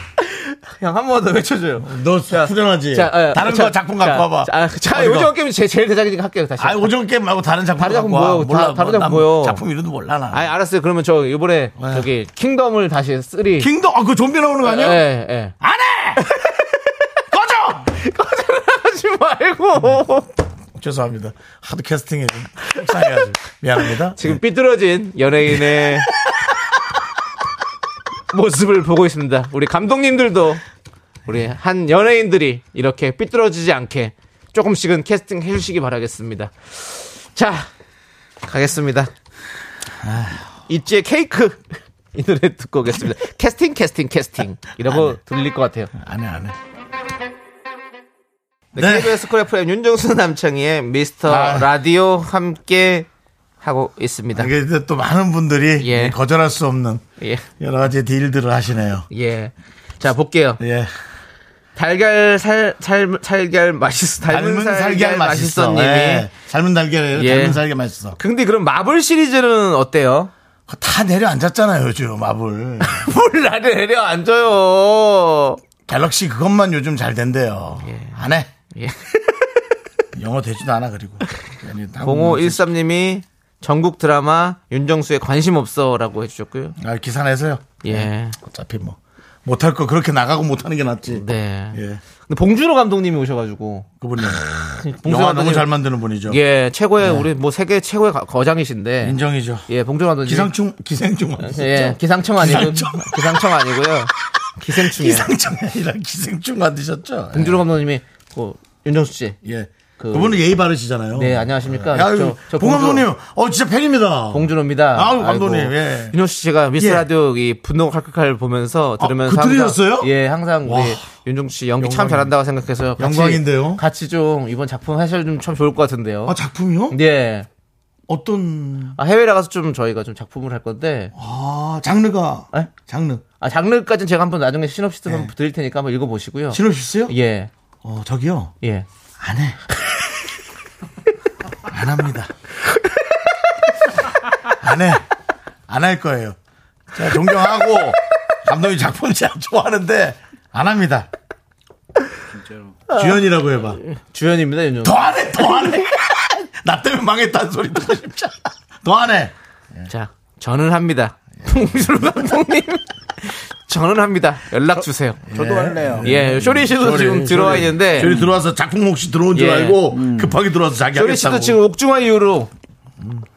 S2: 형 한 번 더 외쳐 줘요.
S1: 너 후련하지?
S2: 자, 아,
S1: 예. 다른
S2: 자,
S1: 거 작품 갖고
S2: 자,
S1: 와봐.
S2: 자, 자,
S1: 어디가?
S2: 오징어 게임 제 제일 대작이니까 할게요 다시.
S1: 아,
S2: 아,
S1: 오징어 게임 말고 다른 작품
S2: 다른 작품
S1: 갖고 와.
S2: 뭐요?
S1: 몰라.
S2: 다- 다른
S1: 난
S2: 작품 뭐요?
S1: 작품 이름도 몰라 나.
S2: 아, 알았어요. 그러면 저 이번에 저기 킹덤을 다시 쓰리.
S1: 네. 킹덤 아, 그 좀비 나오는 거 아니야?
S2: 예, 예.
S1: 안 해! 꺼져!
S2: 하지 말고.
S1: 죄송합니다. 하도 캐스팅이 속상해가지고 미안합니다.
S2: 지금 삐뚤어진 연예인의 모습을 보고 있습니다. 우리 감독님들도 우리 한 연예인들이 이렇게 삐뚤어지지 않게 조금씩은 캐스팅 해주시기 바라겠습니다. 자, 가겠습니다. 있지의 케이크 이 노래 듣고 오겠습니다. 캐스팅, 캐스팅, 캐스팅 이러고 들릴 것 같아요.
S1: 안 해, 안 해.
S2: 네, KBS 코레프엠 윤정수 남창희의 미스터
S1: 아.
S2: 라디오 함께 하고 있습니다.
S1: 이게 이제 또 많은 분들이
S2: 예.
S1: 거절할 수 없는
S2: 예,
S1: 여러 가지 딜들을 하시네요.
S2: 예. 자 볼게요.
S1: 예.
S2: 달걀 살, 살, 살걀 맛있어.
S1: 삶은
S2: 닮은,
S1: 살걀 맛있어.
S2: 님이.
S1: 예. 삶은 달걀이에요.
S2: 예.
S1: 삶은 살걀 맛있어.
S2: 근데 그럼 마블 시리즈는 어때요?
S1: 그거 다 내려앉았잖아요, 요즘 마블.
S2: 뭘 나를 내려앉아요.
S1: 갤럭시 그것만 요즘 잘 된대요. 안 해.
S2: 예.
S1: 영어 되지도 않아 그리고. 뭐 아니, 한국말
S2: 0513님이 전국 드라마 윤정수에 관심 없어라고 해주셨고요.
S1: 아, 기사 내서요.
S2: 예.
S1: 어차피 뭐 못할 거 그렇게 나가고 못하는 게 낫지.
S2: 네.
S1: 예.
S2: 근데 봉준호 감독님이 오셔가지고.
S1: 그분이
S2: 봉준호
S1: 영화 너무
S2: 감독님-
S1: 잘 만드는 분이죠.
S2: 아, 예, 최고의
S1: 네.
S2: 우리 뭐 세계 최고의 거- 거장이신데.
S1: 인정이죠.
S2: 예, 봉준호 감독님.
S1: 기상충 기생충 아니죠?
S2: 예, 기상청 아니고
S1: 기상청.
S2: 기상청 아니고요. 기생충이에요.
S1: 기상충이 아니라 기생충 만드셨죠.
S2: 봉준호 감독님이 그 윤정수 씨.
S1: 예. 예.
S2: 그-
S1: 그분은 예의 바르시잖아요.
S2: 네, 안녕하십니까.
S1: 어. 야,
S2: 저- 저
S1: 봉
S2: 봉준호-
S1: 감독님, 어 진짜 팬입니다.
S2: 봉준호입니다.
S1: 아우, 감독님, 예.
S2: 윤호 씨 제가 미스
S1: 예.
S2: 라디오 이 분노 칼칼칼 보면서
S1: 아,
S2: 들으면서
S1: 그 들으셨어요?
S2: 예, 항상
S1: 와.
S2: 우리 윤종 씨 연기 참 잘한다고 생각해서 같이-
S1: 영광인데요?
S2: 같이 좀 이번 작품 하셔야 좀참 좋을 것 같은데요.
S1: 아 작품이요?
S2: 예.
S1: 어떤
S2: 아, 해외 나가서 좀 저희가 좀 작품을 할 건데
S1: 아 장르가
S2: 예?
S1: 장르
S2: 아, 장르까지는 제가 한번 나중에 시놉시스 한번
S1: 네.
S2: 드릴 테니까 한번 읽어 보시고요.
S1: 신호실스요?
S2: 예.
S1: 어 저기요
S2: 예.
S1: 안 해. 안 합니다. 안 해. 안 할 거예요. 제가 존경하고 감독이 작품 잘 좋아하는데 안 합니다. 진짜로. 주연이라고 해봐.
S2: 주연입니다, 윤종.
S1: 더 안 해, 더 안 해. 나 때문에 망했다는 소리 듣고 싶잖아. 더 안 해.
S2: 자, 저는 합니다. 봉준호 감독님. 저는 합니다. 연락 주세요.
S4: 저도 할래요.
S2: 예, 쇼리 씨도
S1: 쇼리,
S2: 지금 들어와
S1: 쇼리.
S2: 있는데
S1: 저희 들어와서 작품 혹시 들어온 줄
S2: 예.
S1: 알고 급하게 들어와서 자기
S2: 쇼리
S1: 하겠다고.
S2: 씨도 지금 옥중화 이후로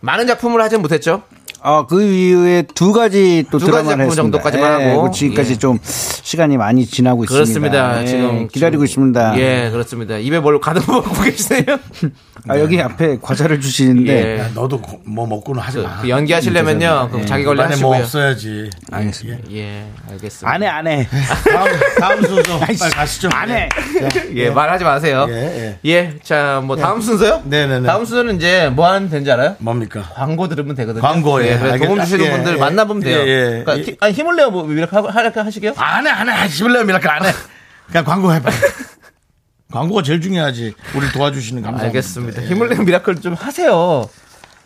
S2: 많은 작품을 하진 못했죠.
S6: 아, 그 이후에 두 가지 또
S2: 두 가지 작품
S6: 드라마를 했습니다.
S2: 정도까지만 하고.
S6: 그 지금까지
S2: 예.
S6: 좀 시간이 많이 지나고
S2: 그렇습니다.
S6: 있습니다. 예,
S2: 지금
S6: 기다리고 있습니다.
S2: 예, 그렇습니다. 입에 뭘 가득 먹고 계시네요.
S6: 아, 여기 앞에 과자를 주시는데
S2: 예.
S1: 야, 너도 고- 뭐 먹고는 하지
S2: 그,
S1: 마.
S2: 그 연기하시려면요. 그럼 자기 걸리
S1: 안에 뭐
S2: 하시고요.
S1: 없어야지.
S6: 알겠습니다.
S2: 예, 알겠습니다.
S6: 안 해, 안 해.
S1: 다음, 다음 순서 빨리 가시죠.
S6: 안 해.
S2: 예, 말하지 마세요.
S1: 예,
S2: 예, 자, 뭐 다음 순서요?
S1: 네네네.
S2: 다음 순서는 이제 뭐 하면 되는지 알아요?
S1: 뭡니까?
S2: 광고 들으면 되거든요.
S1: 광고, 예.
S2: 그래서 도움
S1: 알겠다.
S2: 주시는
S1: 예,
S2: 분들
S1: 예.
S2: 만나보면 돼요.
S1: 예, 예.
S2: 그러니까
S1: 예.
S2: 히- 아니, 힘을 내요. 뭐 이렇게 하- 하랄까 하시게요?
S1: 안 해, 안 해. 하시려면 이렇게 안 해. 그냥 광고 해봐. 광고가 제일 중요하지. 우리 도와주시는 감사.
S2: 알겠습니다. 힘을 내는 미라클 좀 하세요.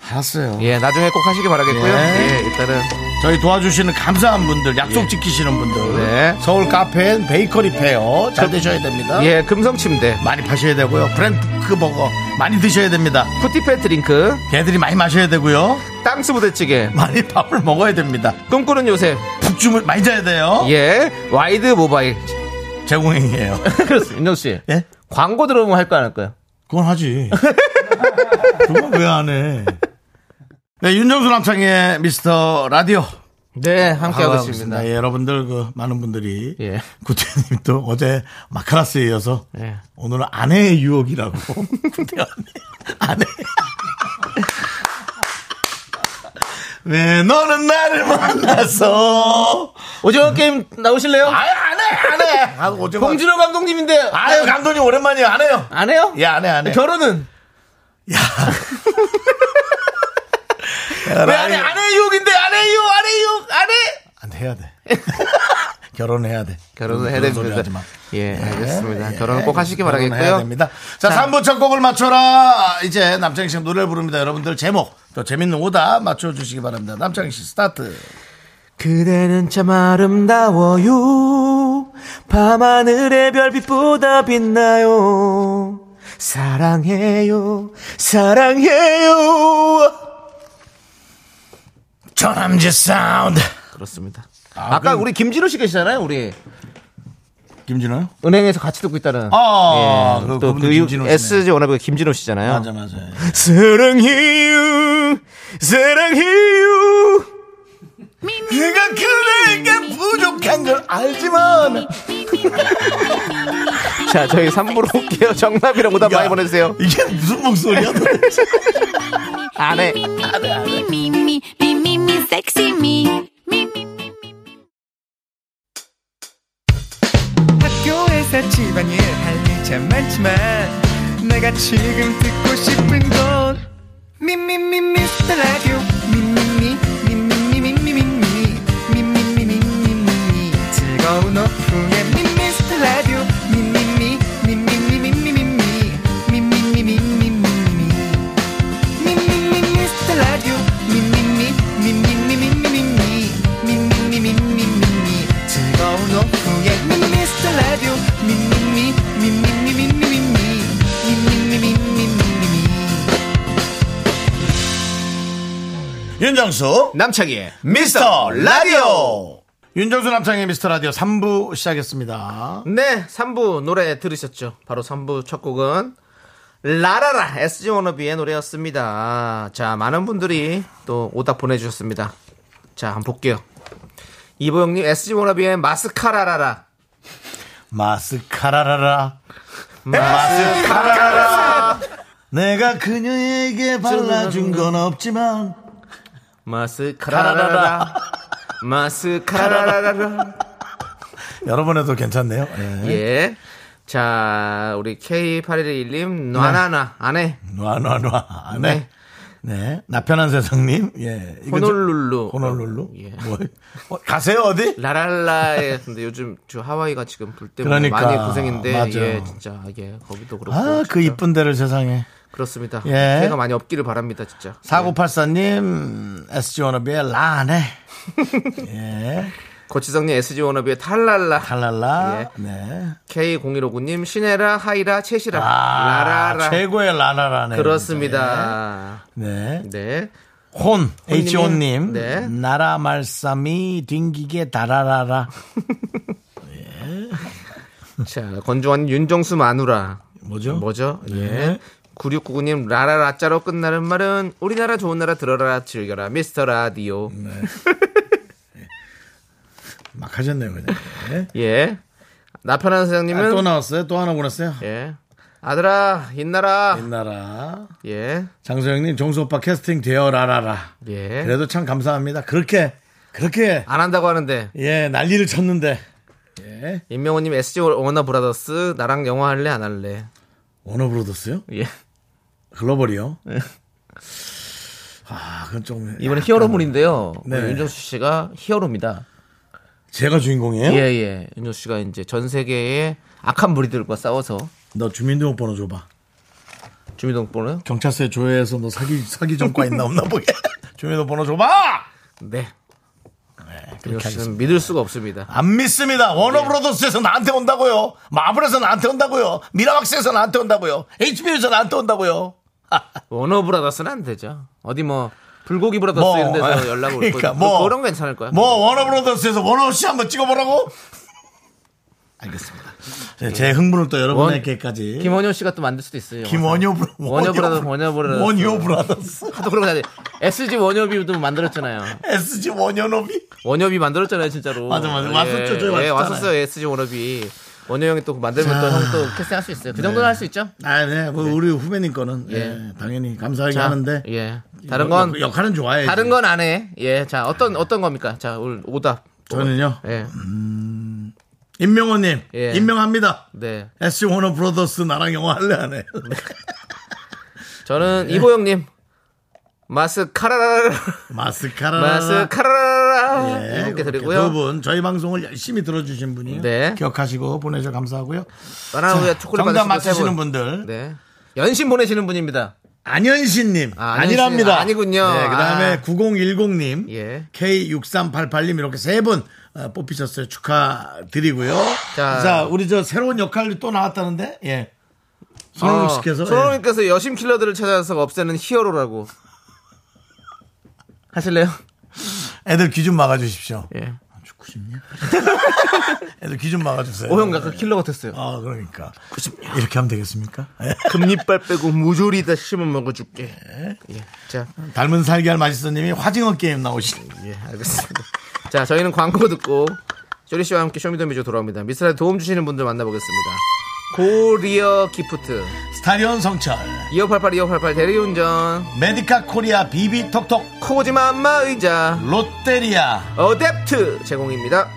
S1: 알았어요.
S2: 예, 나중에 꼭 하시길 바라겠고요.
S1: 예.
S2: 예, 일단은
S1: 저희 도와주시는 감사한 분들, 약속 지키시는 분들.
S2: 예. 네.
S1: 서울 카페엔 베이커리 페어 잘 드셔야 됩니다.
S2: 예, 금성 침대,
S1: 많이 파셔야 되고요. 프랭크 버거 많이 드셔야 됩니다.
S2: 푸티페 드링크,
S1: 개들이 많이 마셔야 되고요.
S2: 땅수 부대찌개
S1: 많이 밥을 먹어야 됩니다.
S2: 꿈꾸는 요새
S1: 푹 주물 많이 자야 돼요.
S2: 예 와이드 모바일
S1: 제공행이에요.
S2: 그렇습니다 윤정 씨
S1: 예?
S2: 광고 들어오면 할 거 안 할까요?
S1: 그건 하지. 그건 왜 안 해? 네, 윤정수 남창의 미스터 라디오.
S2: 네 함께 하고 있습니다.
S1: 예, 여러분들, 그, 많은 분들이.
S2: 예.
S1: 구태님도 어제 마카라스에 이어서
S2: 예.
S1: 오늘은 아내의 유혹이라고. 구태 아내. 아내. 왜 너는 나를 만나서.
S2: 오징어 게임 나오실래요?
S1: 아유, 안 해! 안 해! 하고 오징어.
S2: 봉준호 감독님인데
S1: 아유, 감독님 오랜만이에요. 안 해요.
S2: 안 해요?
S1: 예, 안 해, 안 해.
S2: 결혼은 왜 안 해? 안 해요? 근데 안 해요? 안 해요? 안 해?
S1: 안 해야 돼. 결혼해야 돼.
S2: 결혼은 해야
S1: 그런 소리
S2: 됩니다.
S1: 하지 마. 네.
S2: 예, 알겠습니다. 결혼은 꼭 하시기
S1: 결혼해야
S2: 바라겠고요.
S1: 됩니다. 자,
S2: 자.
S1: 3부 첫 곡을 맞춰라. 이제 남창희 씨 노래를 부릅니다. 여러분들 제목, 또 재밌는 오답 맞춰주시기 바랍니다. 남창희 씨 스타트.
S2: 그대는 참 아름다워요. 밤하늘의 별빛보다 빛나요. 사랑해요. 사랑해요.
S1: 전함지 사운드.
S2: 그렇습니다. 아, 까 우리 김진호 씨 계시잖아요, 우리.
S1: 김진호요?
S2: 은행에서 같이 듣고 있다는.
S1: 아, 그-
S2: 또
S1: 그분도
S2: 그
S1: 김진호 씨네.
S2: SG 워너비 김진호 씨잖아요.
S1: 맞아, 맞아.
S2: 사랑해요. 사랑해요.
S1: 내가 그대에게 부족한 걸 알지만.
S2: 자, 저희 3부로 올게요. 정답이랑 오답 많이
S1: 야,
S2: 보내주세요.
S1: 이게 무슨 목소리야? 도대체?
S2: 안 해.
S5: 미미미미미미미미 섹시 미
S7: 학교에서 집안일 할 일 참 많지만 내가 지금 듣고 싶은 건 미미미 미스터 라디오 미미미 미미미미미미 미미미미미미 즐거운 오후에 미스터 라디오 미미미 미미미미미미 미미미미미미미 미미미 미스터 라디오 미미미 미미미미미미 미미미미미미 즐거운 오후에 미스터 라디오 미미미 미미미미미미 미미미미미미미
S1: 윤정수.
S2: 남창희의
S1: 미스터 라디오. 윤정수 남창의 미스터 라디오 3부 시작했습니다.
S2: 네, 3부 노래 들으셨죠? 바로 3부 첫 곡은 라라라 SG 워너비의 노래였습니다. 자, 많은 분들이 또 오답 보내주셨습니다. 자, 한번 볼게요. 이보영님 SG 워너비의 마스카라라라.
S1: 마스카라라라. 마스카라라. 내가 그녀에게 발라준 건 없지만
S2: 마스카라라라. 마스카라라라.
S1: 여러분에도 괜찮네요. 예.
S2: 예. 자, 우리 K8121님, 놔나나, 안해.
S1: 놔, 놔, 놔. 안 해. 네. 나편한 세상님. 예. 이거 저-
S2: 호놀룰루.
S1: 호놀룰루.
S2: 예.
S1: 뭐, 어, 가세요, 어디?
S2: 라랄라에 근데 요즘 저 하와이가 지금 불 때문에
S1: 그러니까,
S2: 많이 고생인데
S1: 맞아요.
S2: 예 진짜 예 거기도 그렇고
S1: 아, 그
S2: 진짜.
S1: 이쁜 데를 세상에.
S2: 그렇습니다
S1: 예.
S2: 해가 많이 없기를 바랍니다 진짜
S1: 4984님, SG 워너비의 라네. 예.
S2: 고치성님 SG 워너비의 탈랄라
S1: 칼랄라.
S2: 예.
S1: 네.
S2: K0159님 시네라 하이라 채시라
S1: 아,
S2: 라라라
S1: 최고의 라라라네.
S2: 그렇습니다
S1: 네.
S2: 네
S1: 혼, H.O.님.
S2: 네.
S1: 나라 말싸미 뒹기게 달아라라.
S2: 네. 자, 건조한 윤정수 마누라.
S1: 뭐죠?
S2: 뭐죠?
S1: 네.
S2: 예. 9699님, 라라라짜로 끝나는 말은 우리나라 좋은 나라 들어라 즐겨라 미스터 라디오.
S1: 네. 막 하셨네요, 그냥. 예.
S2: 예. 나편한
S1: 아, 또
S2: 사장님은
S1: 나왔어요? 또 하나 보냈어요?
S2: 예. 아들아, 힘나라.
S1: 옛나라.
S2: 예.
S1: 장소영님, 정수 오빠 캐스팅 되어라라라.
S2: 예. 아.
S1: 그래도 참 감사합니다. 그렇게, 그렇게,
S2: 안 한다고 하는데.
S1: 예, 난리를 쳤는데.
S2: 임명호 님 SG 워너 브라더스 나랑 영화 할래 안 할래.
S1: 워너브로더스요?
S2: 예.
S1: 글로벌이요? 아, 그건 좀.
S2: 이번에
S1: 약간
S2: 히어로물인데요.
S1: 네.
S2: 우리 윤정수 씨가 히어로입니다.
S1: 제가 주인공이에요?
S2: 예, 예. 윤정수 씨가 이제 전 세계의 악한 무리들과 싸워서
S1: 너 주민등록번호 줘봐.
S2: 주민등록번호요?
S1: 경찰서에 조회해서 너 사기, 사기 전과 있나 없나 보게. 주민등록번호 줘봐!
S2: 네. 윤정수 씨는 믿을 수가 없습니다. 아.
S1: 안 믿습니다. 워너브로더스에서 나한테 온다고요. 마블에서 나한테 온다고요. 미라박스에서 나한테 온다고요. HBO에서 나한테 온다고요.
S2: 워너브라더스는 안 되죠. 어디 뭐 불고기 브라더스
S1: 뭐,
S2: 이런 데서 연락 올
S1: 그러니까
S2: 거예요.
S1: 뭐.
S2: 그런 거 괜찮을 거야.
S1: 뭐 워너브로더스에서 원없이 한번 찍어보라고? 알겠습니다. 제, 제 흥분을 또 여러분에게까지
S2: 김원효 씨가 또 만들 수도 있어요.
S1: 김원효 브라
S2: 원효 브라더스, 원효 브라더스.
S1: 원효 브라더스
S2: 하도 그러고 다니. SG 원효비도 만들었잖아요.
S1: SG 원효노비
S2: 원협이 만들었잖아요, 진짜로.
S1: 맞아, 맞아.
S2: 예,
S1: 왔었죠, 저희
S2: 예,
S1: 왔었잖아요.
S2: 왔었어요, SG 원협이. 원효 형이 또 만들면 또 형 또 캐스팅 할 수 있어요. 그
S1: 네.
S2: 정도는 할 수 있죠?
S1: 아네 뭐 우리 후배님 거는
S2: 예.
S1: 예, 당연히 감사하게
S2: 자,
S1: 하는데 그뭐
S2: 예. 다른 건,
S1: 역- 역할은 좋아해
S2: 다른 건 안 해. 예. 자, 어떤, 어떤 겁니까? 자, 오늘 오답.
S1: 저는요
S2: 예.
S1: 임명호님
S2: 예.
S1: 임명합니다
S2: 네.
S1: SG 원호 브라더스 나랑 영화 할래 안 해? 네.
S2: 저는 이보영님. 마스카라라.
S1: 마스카라
S2: 마스카라라.
S1: 아. 예,
S2: 이렇게
S1: 두
S2: 드리고요.
S1: 분 저희 방송을 열심히 들어주신 분이요.
S2: 네.
S1: 기억하시고 보내줘 감사하고요.
S2: 바나나 우유 초콜릿 받으시고 세
S1: 정답 맞히시는
S2: 분.
S1: 분들
S2: 네. 연신 보내시는 분입니다.
S1: 안현신님
S2: 아,
S1: 아, 니랍니다
S2: 안현신, 아니군요.
S1: 네, 그다음에
S2: 아.
S1: 9010님,
S2: 예.
S1: K6388님 이렇게 세 분 뽑히셨어요. 축하드리고요.
S2: 자.
S1: 자, 우리 저 새로운 역할이 또 나왔다는데, 예.
S2: 어,
S1: 손흥민 씨께서 예.
S2: 손흥민께서 어, 여심 킬러들을 찾아서 없애는 히어로라고. 하실래요?
S1: 예. 애들 귀 좀 막아주십시오.
S2: 예.
S1: 죽고 싶냐? 애들 귀 좀 막아주세요.
S2: 오형가 그 킬러 같았어요.
S1: 아 그러니까 이렇게 하면 되겠습니까? 예.
S2: 금리빨 빼고 무조리다 심어 먹어줄게. 예. 자,
S1: 닮은 살기할 맛있어님이 화징어 게임 나오시는
S2: 예, 알겠습니다. 자, 저희는 광고 듣고 쇼리 씨와 함께 쇼미더미저 돌아옵니다. 미스라 도움 주시는 분들 만나보겠습니다. 고리어 기프트,
S1: 스타리온 성철
S2: 2588, 2588 대리운전,
S1: 메디카 코리아 비비톡톡
S2: 코지마 안마 의자,
S1: 롯데리아
S2: 어댑트 제공입니다.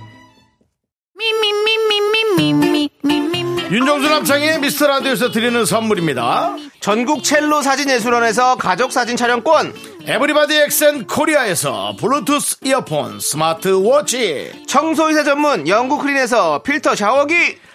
S1: 윤정수 남창의 미스터라디오에서 드리는 선물입니다
S2: 전국 첼로 사진예술원에서 가족 사진 촬영권.
S1: 에브리바디 엑센 코리아에서 블루투스 이어폰 스마트워치
S2: 청소이사 전문 영국 크린에서 필터 샤워기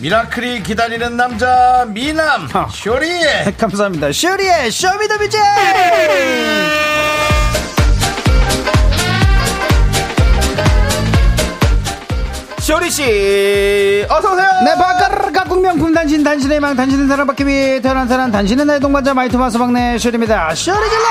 S1: 미라클이 기다리는 남자 미남 쇼리
S6: 감사합니다. 슈리의 쇼미더뮤직!
S2: 쇼리씨 어서오세요
S6: 네, 바깥 각국 명품 단신, 단신의 망, 단신은 사랑받기 위해 태어난 사람, 단신은 나의 동반자, 마이토마스 막내 슈리입니다. 슈리 질러!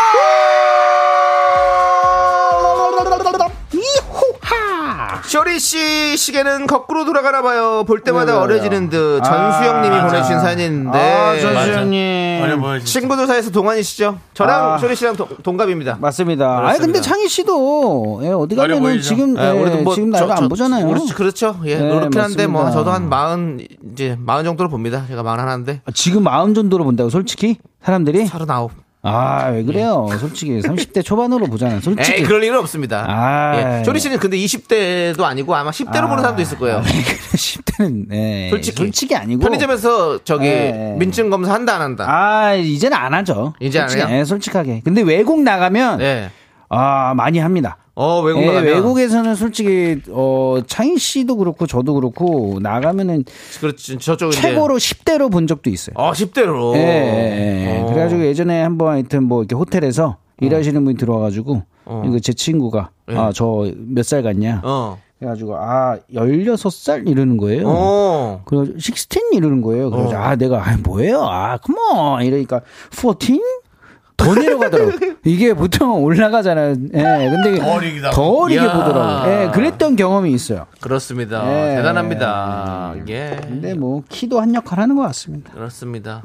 S6: 이호하!
S2: 쇼리씨 시계는 거꾸로 돌아가나봐요 볼 때마다
S6: 왜요, 왜요?
S2: 어려지는 듯 전수영님이
S6: 아,
S2: 보내주신
S6: 맞아.
S2: 사진인데
S6: 아, 전수
S2: 맞아.
S1: 음.
S6: 형님.
S2: 친구들 사이에서 동안이시죠? 저랑
S6: 아.
S2: 쇼리 씨랑 동- 동갑입니다.
S6: 맞습니다. 아니,
S2: 그렇습니다.
S6: 근데 창희 씨도, 예, 어디 가면은 지금,
S2: 예,
S6: 예, 지금 나이가
S2: 저- 저-
S6: 안 보잖아요.
S2: 그렇지, 그렇죠. 예,
S6: 네,
S2: 그렇긴 한데 뭐
S6: 맞습니다.
S2: 저도 한 마흔 이제 마흔 정도로 봅니다. 제가 마흔 하나인데
S6: 아, 지금 마음 정도로 본다고, 솔직히? 사람들이?
S2: 서른아홉.
S6: 아, 왜 그래요? 솔직히. 30대 초반으로 보잖아, 솔직히.
S2: 예. 에이, 그럴 일은 없습니다.
S6: 아이.
S2: 예. 쇼리 씨는 근데 20대도 아니고 아마 10대로 보는 사람도 있을 거예요.
S6: 10대는,
S2: 솔직히.
S6: 예. 솔직히. 솔직히 아니고.
S2: 편의점에서 저기
S6: 예.
S2: 민증 검사 한다 안 한다.
S6: 아, 이제는 안 하죠.
S2: 이제 안
S6: 솔직히,
S2: 해요?
S6: 예, 솔직하게. 근데 외국 나가면,
S2: 예.
S6: 아, 많이 합니다.
S2: 어 외국
S6: 예,
S2: 나가면
S6: 외국에서는 솔직히, 어, 창희 씨도 그렇고, 저도 그렇고, 나가면은
S2: 그렇지 저쪽 이제
S6: 최고로 10대로 본 적도 있어요.
S2: 어 10대로.
S6: 예, 예, 예.
S2: 어.
S6: 그래가지고 예전에 한번 하여튼 뭐 이렇게 호텔에서 일하시는 분이 들어와가지고, 이거 제 친구가, 아, 저 몇 살 같냐.
S2: 어.
S6: 그래가지고, 아, 16살? 이러는 거예요.
S2: 어.
S6: 그래서 16 이러는 거예요. 그래서 아 내가 아 뭐예요? 아 컴온 이러니까 14? 더 내려가더라고. 이게 보통 올라가잖아요. 예, 근데
S1: 더 어리기다.
S6: 더 어리게
S2: 이야.
S6: 보더라고. 예, 그랬던 경험이 있어요.
S2: 그렇습니다.
S6: 예.
S2: 대단합니다. 예.
S6: 근데 음, 뭐 키도 한 역할 하는 것 같습니다.
S2: 그렇습니다.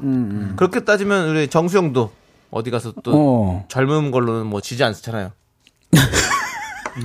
S2: 그렇게 따지면 우리 정수영도 어디 가서 또
S6: 어.
S2: 젊은 걸로는 뭐 지지 않잖아요.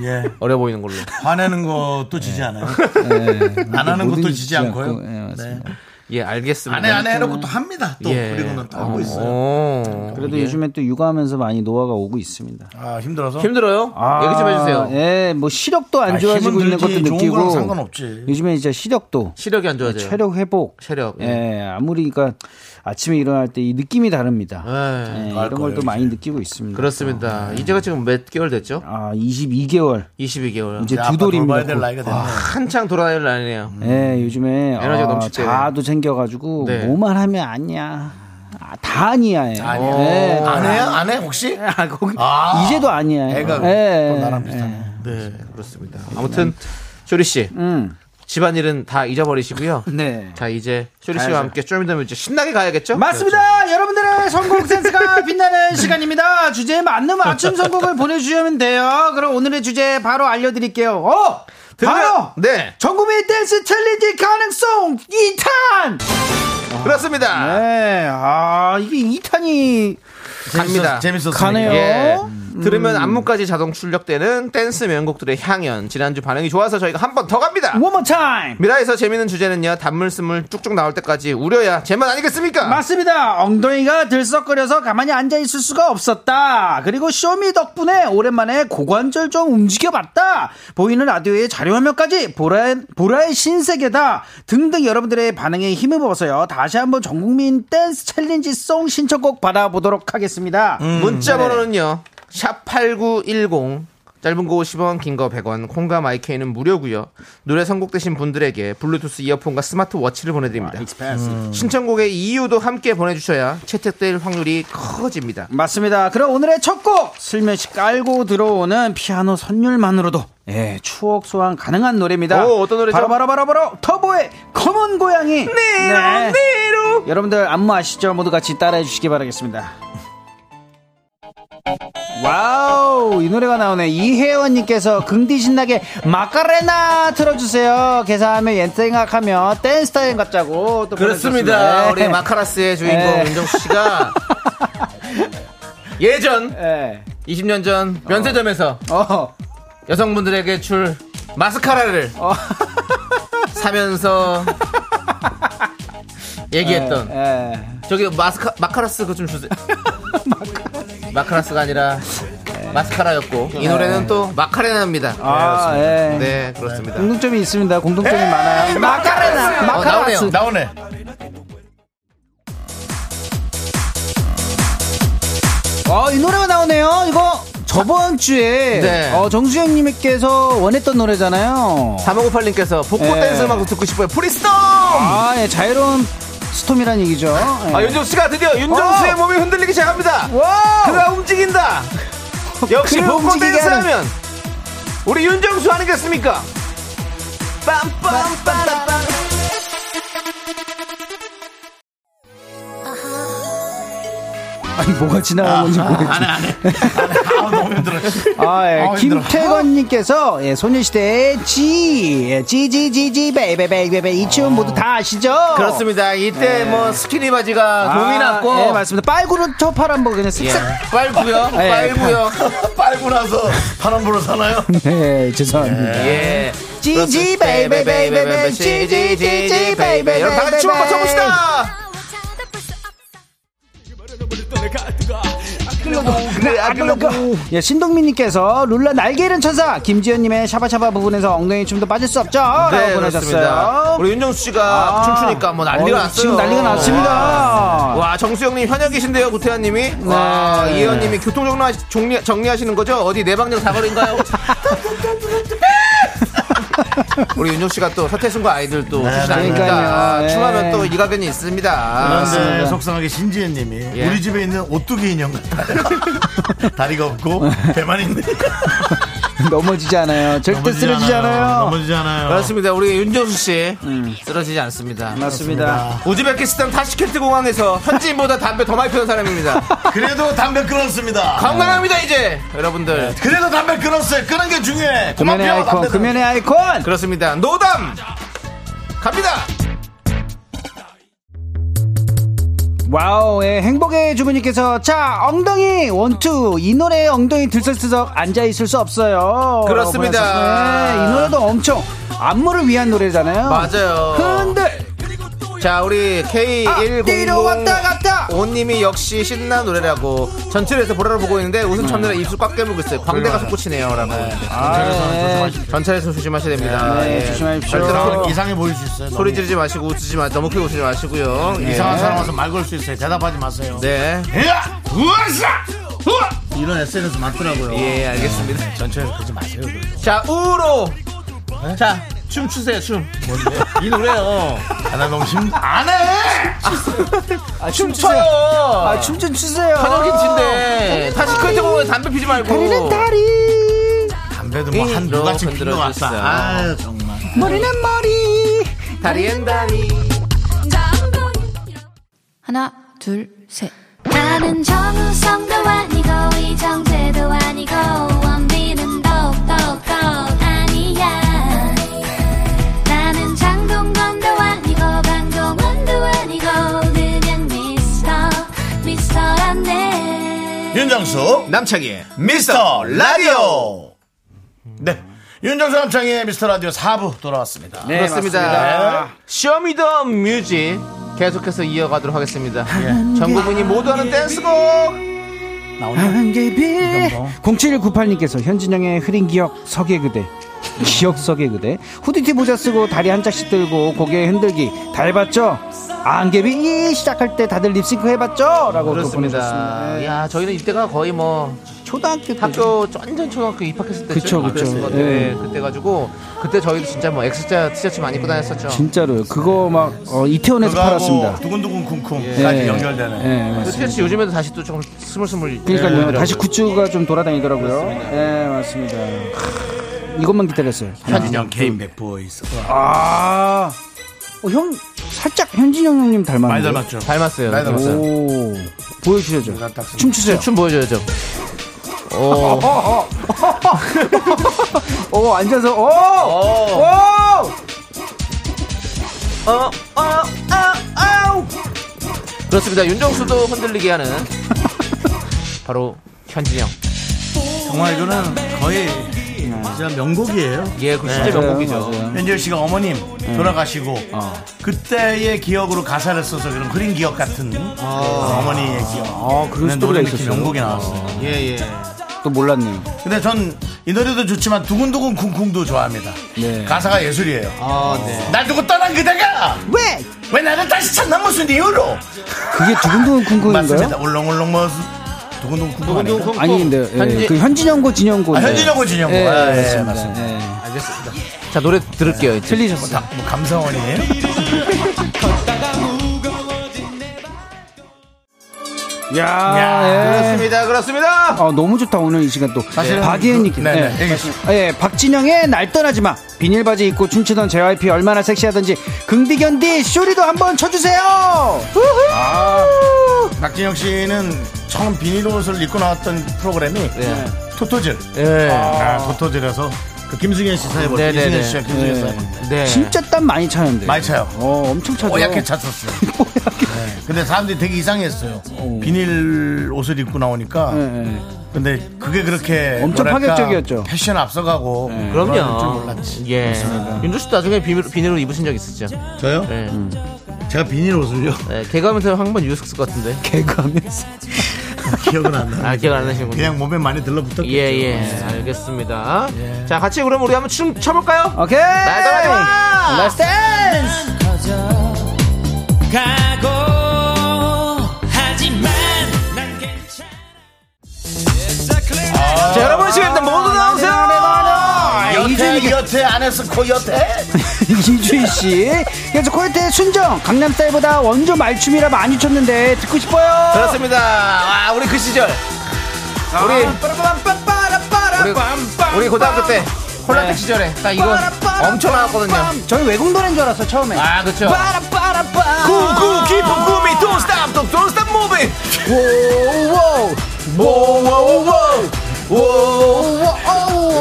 S1: 예.
S2: 어려 보이는 걸로.
S1: 화내는 것도 지지 않아요. 안 하는
S6: 뭐든지
S1: 것도 네. 지지
S6: 지지
S1: 않고요. 네,
S6: 않고, 예, 맞습니다.
S2: 예, 알겠습니다.
S1: 안해 안해 해놓고 또 합니다. 또
S2: 예.
S1: 그리고는 또 하고 있어요.
S2: 오.
S6: 그래도 요즘에 또 육아하면서 많이 노화가 오고 있습니다.
S1: 아 힘들어서.
S2: 힘들어요? 얘기 좀 해주세요.
S6: 아, 예, 뭐 시력도 안
S1: 아,
S6: 좋아지고
S1: 힘은
S6: 있는
S1: 들지,
S6: 것도
S1: 좋은 거랑
S6: 느끼고
S1: 상관없지.
S6: 요즘에 진짜 시력도
S2: 시력이 안 좋아져요.
S6: 체력 회복,
S2: 체력,
S6: 예, 아무리 그러니까 아침에 일어날 때 이 느낌이 다릅니다.
S2: 예.
S6: 예, 이런 걸 또 많이 느끼고 있습니다.
S2: 그렇습니다. 이제가 지금 몇 개월 됐죠?
S6: 아, 22개월
S2: 22개월.
S6: 이제
S1: 야,
S6: 두
S1: 아빠
S6: 돌입니다.
S1: 돌봐야 될 나이가 됐네.
S2: 한창 돌아다닐 나이네요.
S6: 예, 요즘에
S2: 에너지가
S6: 아,
S2: 넘칠 때.
S6: 자아도 생겨가지고
S2: 네.
S6: 뭐만 하면 아니야, 아, 다 아니야예요.
S1: 아니야.
S6: 예.
S1: 안 해요? 안 해? 혹시?
S6: 아, 거기-
S1: 아.
S6: 이제도 아니야.
S1: 애가
S6: 예.
S1: 또 나랑
S6: 예.
S1: 비슷하네.
S2: 네, 그렇습니다. 아무튼 쇼리 씨
S6: 음.
S2: 집안일은 다 잊어버리시고요.
S6: 네.
S2: 자 이제 쇼리 씨와 함께 좀 이따면 이제 신나게 가야겠죠? 그렇죠.
S6: 맞습니다. 여러분들의 선곡 센스가 빛나는 시간입니다. 주제에 맞는 맞춤 선곡을 보내주시면 돼요. 그럼 오늘의 주제 바로 알려드릴게요. 어,
S2: 들으면-
S6: 바로
S2: 네
S6: 전국민 댄스 챌린지 가능성 2탄.
S2: 그렇습니다.
S6: 네, 아 이게 2탄이
S2: 갑니다.
S1: 재밌었어요.
S6: 가네요.
S2: 예. 들으면 안무까지 자동 출력되는 댄스 명곡들의 향연 지난주 반응이 좋아서 저희가 한 번 더 갑니다.
S6: One more time.
S2: 미라에서 재밌는 주제는요 단물스물 쭉쭉 나올 때까지 우려야 제맛 아니겠습니까?
S6: 맞습니다. 엉덩이가 들썩거려서 가만히 앉아 있을 수가 없었다. 그리고 쇼미 덕분에 오랜만에 고관절 좀 움직여봤다. 보이는 라디오의 자료 화면까지 보라의, 보라의 신세계다. 등등 여러분들의 반응에 힘입어서요. 다시 한번 전국민 댄스 챌린지 송 신청곡 받아보도록 하겠습니다.
S2: 음. 문자 번호는요. 샵 8910 짧은 거 50원, 긴 거 100원, 콩과 마이케이는 무료고요. 노래 선곡되신 분들에게 블루투스 이어폰과 스마트워치를 보내드립니다. 신청곡의 이유도 함께 보내주셔야 채택될 확률이 커집니다.
S6: 맞습니다. 그럼 오늘의 첫 곡 슬며시 깔고 들어오는 피아노 선율만으로도 예, 추억 소환 가능한 노래입니다.
S2: 오, 어떤 노래죠?
S6: 바로 바로 바로 바로 터보의 검은 고양이. 네. 여러분들 안무 아시죠? 모두 같이 따라해 주시기 바라겠습니다. 와우 이 노래가 나오네 이혜원님께서 긍디 신나게 마카레나 틀어주세요 계산하며 옛 생각하며 댄스 타임 같자고 또
S2: 그렇습니다. 네.
S6: 보내주셨습니다.
S2: 우리 마카라스의 주인공
S6: 네.
S2: 윤정수 씨가 예전
S6: 예.
S2: 20년 전 면세점에서
S6: 어.
S2: 여성분들에게 줄 마스카라를 사면서 얘기했던
S6: 예.
S2: 저기 마스카 마카라스 그거 좀 주세요. 마카라스가 네. 아니라 마스카라였고 이 노래는 또 마카레나입니다.
S6: 아, 예.
S2: 네 그렇습니다. 어,
S6: 공통점이 있습니다. 공통점이 많아요.
S2: 마카레나! 나오네요.
S6: 마카레나.
S1: 나오네.
S6: 어, 이 노래가 나오네요. 이거 저번 주에
S2: 네.
S6: 어, 정수영 님께서 원했던 노래잖아요.
S2: 3558님께서 복고
S6: 예.
S2: 댄스 음악 듣고 싶어요. 프리스톰!
S6: 아, 예. 자유로운 스톰이란 얘기죠. 예.
S2: 아, 윤정수 씨가 드디어 윤정수의
S6: 어.
S2: 몸이 흔들리기 시작합니다.
S6: 와우! 어,
S2: 그가 움직인다. 역시
S6: 그를
S2: 복고
S6: 움직이게
S2: 댄스
S6: 하는-
S2: 하면 우리 윤정수 아니겠습니까? 빰빰빰빰빰
S6: 아니, 뭐가 지나간 건지 모르겠지.
S1: 아 너무 힘들어.
S6: 아, 예.
S1: 아우, 힘들어.
S6: 김태건 님께서 예, 소녀시대의 지, 예, 지, 지, 지, 지, 베이베베베베 이 춤 모두 다 아시죠?
S2: 그렇습니다. 이때 뭐 스키니 바지가 놈이 났고
S6: 네. 예, 맞습니다. 빨구로 저 파란 복 그냥
S2: 예.
S6: 쓱쓱.
S2: 빨고요.
S6: 예.
S2: 빨고요.
S1: 빨고 나서 파란불로 사나요?
S6: 네, 죄송합니다.
S2: 예. 네,
S6: 지지 베이베 베이베 베이 지지 지지 베이베
S2: 여러분 다 같이 춤 한번 춰봅시다. 그래 아글로그.
S6: 네, 예, 신동민님께서 룰라 날개 잃은 천사 김지현님의 샤바샤바 부분에서 엉덩이 춤도 빠질 수 없죠 라고
S2: 네, 그렇습니다.
S6: 보내셨어요
S2: 우리 윤정수 씨가
S6: 아.
S2: 춤추니까 뭐 난리가
S6: 어,
S2: 났어요.
S6: 지금 난리가 났습니다.
S2: 와, 정수영님 현역이신데요, 구태환님이.
S6: 네.
S2: 와, 이혜원님이 교통 정리 정리 정리하시는 거죠? 어디 내방정 사거리인가요? 우리 윤정 씨가 또 서태순과 아이들 또 출신 아닙니까?
S6: 네, 그러니까요. 네.
S2: 춤하면 또 이가견이 있습니다.
S1: 그런데 속상하게 신지혜님이
S2: 예.
S1: 우리 집에 있는 오뚜기 인형 같아요. 다리가 없고 배만 있는.
S6: 넘어지지 않아요 절대 쓰러지지 않아요
S1: 넘어지지 않아요.
S2: 그렇습니다. 우리 윤정수 씨 쓰러지지 않습니다.
S6: 음. 맞습니다
S2: 우즈베키스탄 타시켄트 공항에서 현지인보다 담배 더 많이 피는 사람입니다.
S1: 그래도 담배 끊었습니다.
S2: 건강합니다
S6: 네.
S2: 이제 여러분들.
S1: 그래도 담배 끊었어요. 끊은 게 중요해. 그만
S6: 금연의
S1: 피워,
S6: 아이콘
S1: 담배.
S6: 금연의 아이콘
S2: 그렇습니다. 노담 갑니다.
S6: 와우의 행복의 주부님께서 자 엉덩이 원투 이 노래에 엉덩이 들썩들썩 앉아 있을 수 없어요.
S2: 그렇습니다.
S6: 보내주셨어요. 네, 이 노래도 엄청 안무를 위한 노래잖아요.
S2: 맞아요.
S6: 흔들
S2: 자 우리 K 1 0
S6: 앞뒤로 왔다 갔다.
S2: 오님이 역시 신나 노래라고 전철에서 보라를 보고 있는데 웃음 참느라 입술 꽉 깨물고 있어요. 광대가 솟구치네요라고. 아,
S6: 아,
S2: 전철에서 조심하셔야 됩니다.
S6: 네,
S2: 예.
S6: 조심하십시오.
S2: 절대로
S6: 어.
S1: 이상해 보일 수 있어요.
S2: 소리 지르지 마시고 웃지 마 너무 크게 웃지 마시고요.
S1: 너무.
S2: 예.
S1: 이상한 사람 와서 말 걸 수 있어요. 대답하지 마세요.
S2: 네.
S1: 야! 우와싸! 우와! 이런 SNS 많더라고요.
S2: 예 알겠습니다.
S1: 전체에서 그러지 마세요. 그래도.
S2: 자 우로. 자. 춤 추세요 춤.
S1: 이 노래요. 아, 나 너무 힘. 안 해!
S2: 춤춰요.
S6: 아, 춤 좀 추세요.
S2: 현역인친데 다시 큰데 보면 담배 피지 말고.
S6: 아. 다리는 다리
S1: 담배도 뭐 한
S2: 이리로
S1: 누같이 피는
S2: 흔들어
S1: 것 같다.
S2: 주세요.
S1: 아, 정말.
S6: 머리는 머리.
S2: 다리엔 다리.
S8: 하나, 둘, 셋.
S5: 나는 정우성도 아니고 이정재도 아니고 원빈은 더욱더 아니야 나는 장동건도 아니고 강동원도 아니고 그냥 미스터 미스터란데
S1: 윤정수,
S6: 네,
S2: 남창희.
S1: 미스터 라디오! 네. 윤정수 남창의 미스터 라디오 4부 돌아왔습니다.
S6: 네,
S2: 그렇습니다. 쇼미더 뮤직 계속해서 이어가도록 하겠습니다. 예. 전국민이 모두
S6: 예.
S2: 하는 댄스곡.
S6: 안개비 0798님께서 현진영의 흐린 기억 서계 그대 기억 서계 그대 후드티 모자 쓰고 다리 한 짝씩 들고 고개 흔들기 다 해봤죠? 안개비 시작할 때 다들 립싱크 해봤죠? 라고 또 보내주셨습니다
S2: 그렇습니다.
S6: 네.
S2: 야, 저희는 이때가 거의 뭐
S6: 초등학교 때
S2: 학교 완전 초등학교 입학했을 때
S6: 그쵸, 그쵸.
S2: 그랬을 것 같아요.
S6: 예.
S2: 예, 그때 가지고 그때 저희도 진짜 뭐 X자 티셔츠 많이 입고 다녔었죠.
S6: 진짜로요 그거 막 어, 이태원에서 팔았습니다
S1: 두근두근 쿵쿵까지
S6: 네.
S1: 연결되네.
S6: 네,
S2: 그
S6: 맞습니다.
S2: 티셔츠 요즘에도 다시 또 조금 스물스물
S6: 그러니까요
S2: 보이더라고요.
S6: 다시 굿즈가 좀 돌아다니더라고요 네 맞습니다 이것만 기다렸어요
S1: 한인형
S6: 음.
S1: 케인 백보이스.
S6: 아, 어, 형 살짝 현진영 형님 닮았는데.
S1: 많이 닮았죠.
S2: 닮았어요.
S1: 많이 닮았어요.
S6: 오, 보여주셔죠. 춤추세요.
S2: 춤 보여줘야죠.
S6: 어.
S2: 오.
S6: 오, 앉아서 오, 오,
S2: 어, 어, 어, 어. 그렇습니다. 윤정수도 흔들리게 하는 바로 현진영.
S1: 정말 이거는 거의 진짜 명곡이에요.
S2: 예, 그 실제
S1: 네.
S2: 명곡이죠.
S1: 현지열 씨가 어머님
S6: 예.
S1: 돌아가시고
S6: 어.
S1: 그때의 기억으로 가사를 써서 그런 흐린 기억 같은 어머니의 기억.
S6: 아, 그럴
S1: 근데
S6: 수도
S1: 노래
S6: 있겠어요.
S1: 이렇게 명곡이 나왔어요.
S2: 예, 예.
S6: 또 몰랐네요.
S1: 근데 전 이 노래도 좋지만 두근두근 쿵쿵도 좋아합니다.
S6: 네.
S1: 가사가 예술이에요.
S2: 아, 네.
S1: 날 두고 떠난 그대가
S6: 왜?
S1: 왜 나를 다시 찾나 무슨 이유로?
S6: 그게 두근두근
S1: 맞습니다.
S6: 쿵쿵인가요?
S1: 울렁울렁 무슨 두근두근 쿵쿵 아닌가?
S6: 아닌데, 예,
S2: 현진-
S6: 그 현진영고 진영고.
S1: 아, 현진영고 진영고.
S6: 예,
S1: 아, 예,
S6: 맞습니다.
S1: 맞습니다.
S6: 예.
S2: 자, 노래 들을게요. 이제.
S6: 틀리셨어요.
S1: 뭐 감사원이에요?
S6: 야, 예.
S2: 그렇습니다. 그렇습니다.
S6: 아, 너무 좋다 오늘 이 시간 또
S1: 사실은
S6: 바디앤님
S1: 그- 네네, 얘기해주시죠.
S6: 예, 박진영의 날 떠나지 마 비닐 바지 입고 춤추던 JYP 얼마나 섹시하던지 긍디견디 쇼리도 한번 쳐주세요 우후!
S1: 아, 박진영 씨는 처음 비닐 옷을 입고 나왔던 프로그램이
S2: 네.
S1: 토토즐.
S2: 예.
S1: 아, 토토즐에서 그 김승현 씨 사회 볼 때,
S2: 네네네.
S1: 이승현 씨와 김승현 사회 볼 때.
S2: 네.
S6: 진짜 땀 많이 차는데
S1: 많이 차요.
S6: 어 엄청 차죠
S1: 뽀얗게 찼었어요. 네. 근데 사람들이 되게 이상했어요. 비닐 옷을 입고 나오니까.
S6: 예, 예.
S1: 근데 그게 그렇게
S6: 엄청
S1: 뭐랄까,
S6: 파격적이었죠. 네.
S1: 패션 앞서가고 그런 줄
S2: 그럼요.
S1: 몰랐지.
S2: 예. 윤조 씨도 나중에 비밀, 비닐로 입으신 적 있으시죠?
S1: 저요?
S2: 예.
S1: 제가 비닐 옷을요?
S2: 네. 개그하면서 한 번 유스을 것 같은데.
S6: 개그하면서
S1: 기억은 안 나.
S2: 아, 기억 안 나시는군요.
S1: 그냥 몸에 많이 들러붙었겠죠.
S2: 예, 예. 알겠습니다. 자, 같이 그럼 우리 한번 춤 춰볼까요?
S6: 오케이
S2: 날 떠나지 마!
S6: 라스트 댄스
S2: 자, 여러분 지금 모두 나오세요!
S1: 여태 여태 안 했어 코 여태.
S6: 이주희 씨 계속 코요태의 순정 강남스타일보다 원조 말춤이라 많이 췄는데 듣고 싶어요
S2: 그렇습니다. 아, 우리 그 시절. 우리 우리, 우리 고등학교 때 콜라텍 시절에 딱 이거 엄청 나왔거든요.
S6: 네. 저는 외국 노래인 줄 알았어 처음에
S2: 아, 그쵸. 구구 기쁨 구미 don't stop don't stop moving.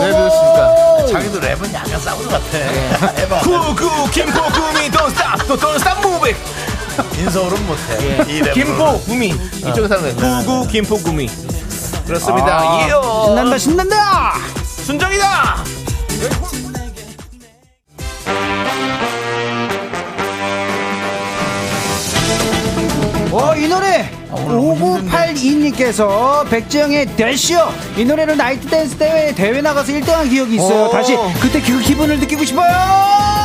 S2: 왜 네, 그러십니까?
S1: 자기도 랩은 약간 사우드 같아. 해봐.
S2: 구구 김포 구미 don't stop don't stop moving.
S1: 인서울은 못해. 이 랩으로는.
S2: 김포 구미 이쪽 사는 구구 김포 구미 그렇습니다. 이요
S6: 신난다 신난다
S2: 순정이다.
S6: 어, 이 노래!
S2: 아,
S6: 5982님께서 백지영의 대시요! 이 노래로 나이트 댄스 대회, 대회 나가서 1등한 기억이 있어요.
S2: 오.
S6: 다시 그때 그 기분을 느끼고 싶어요!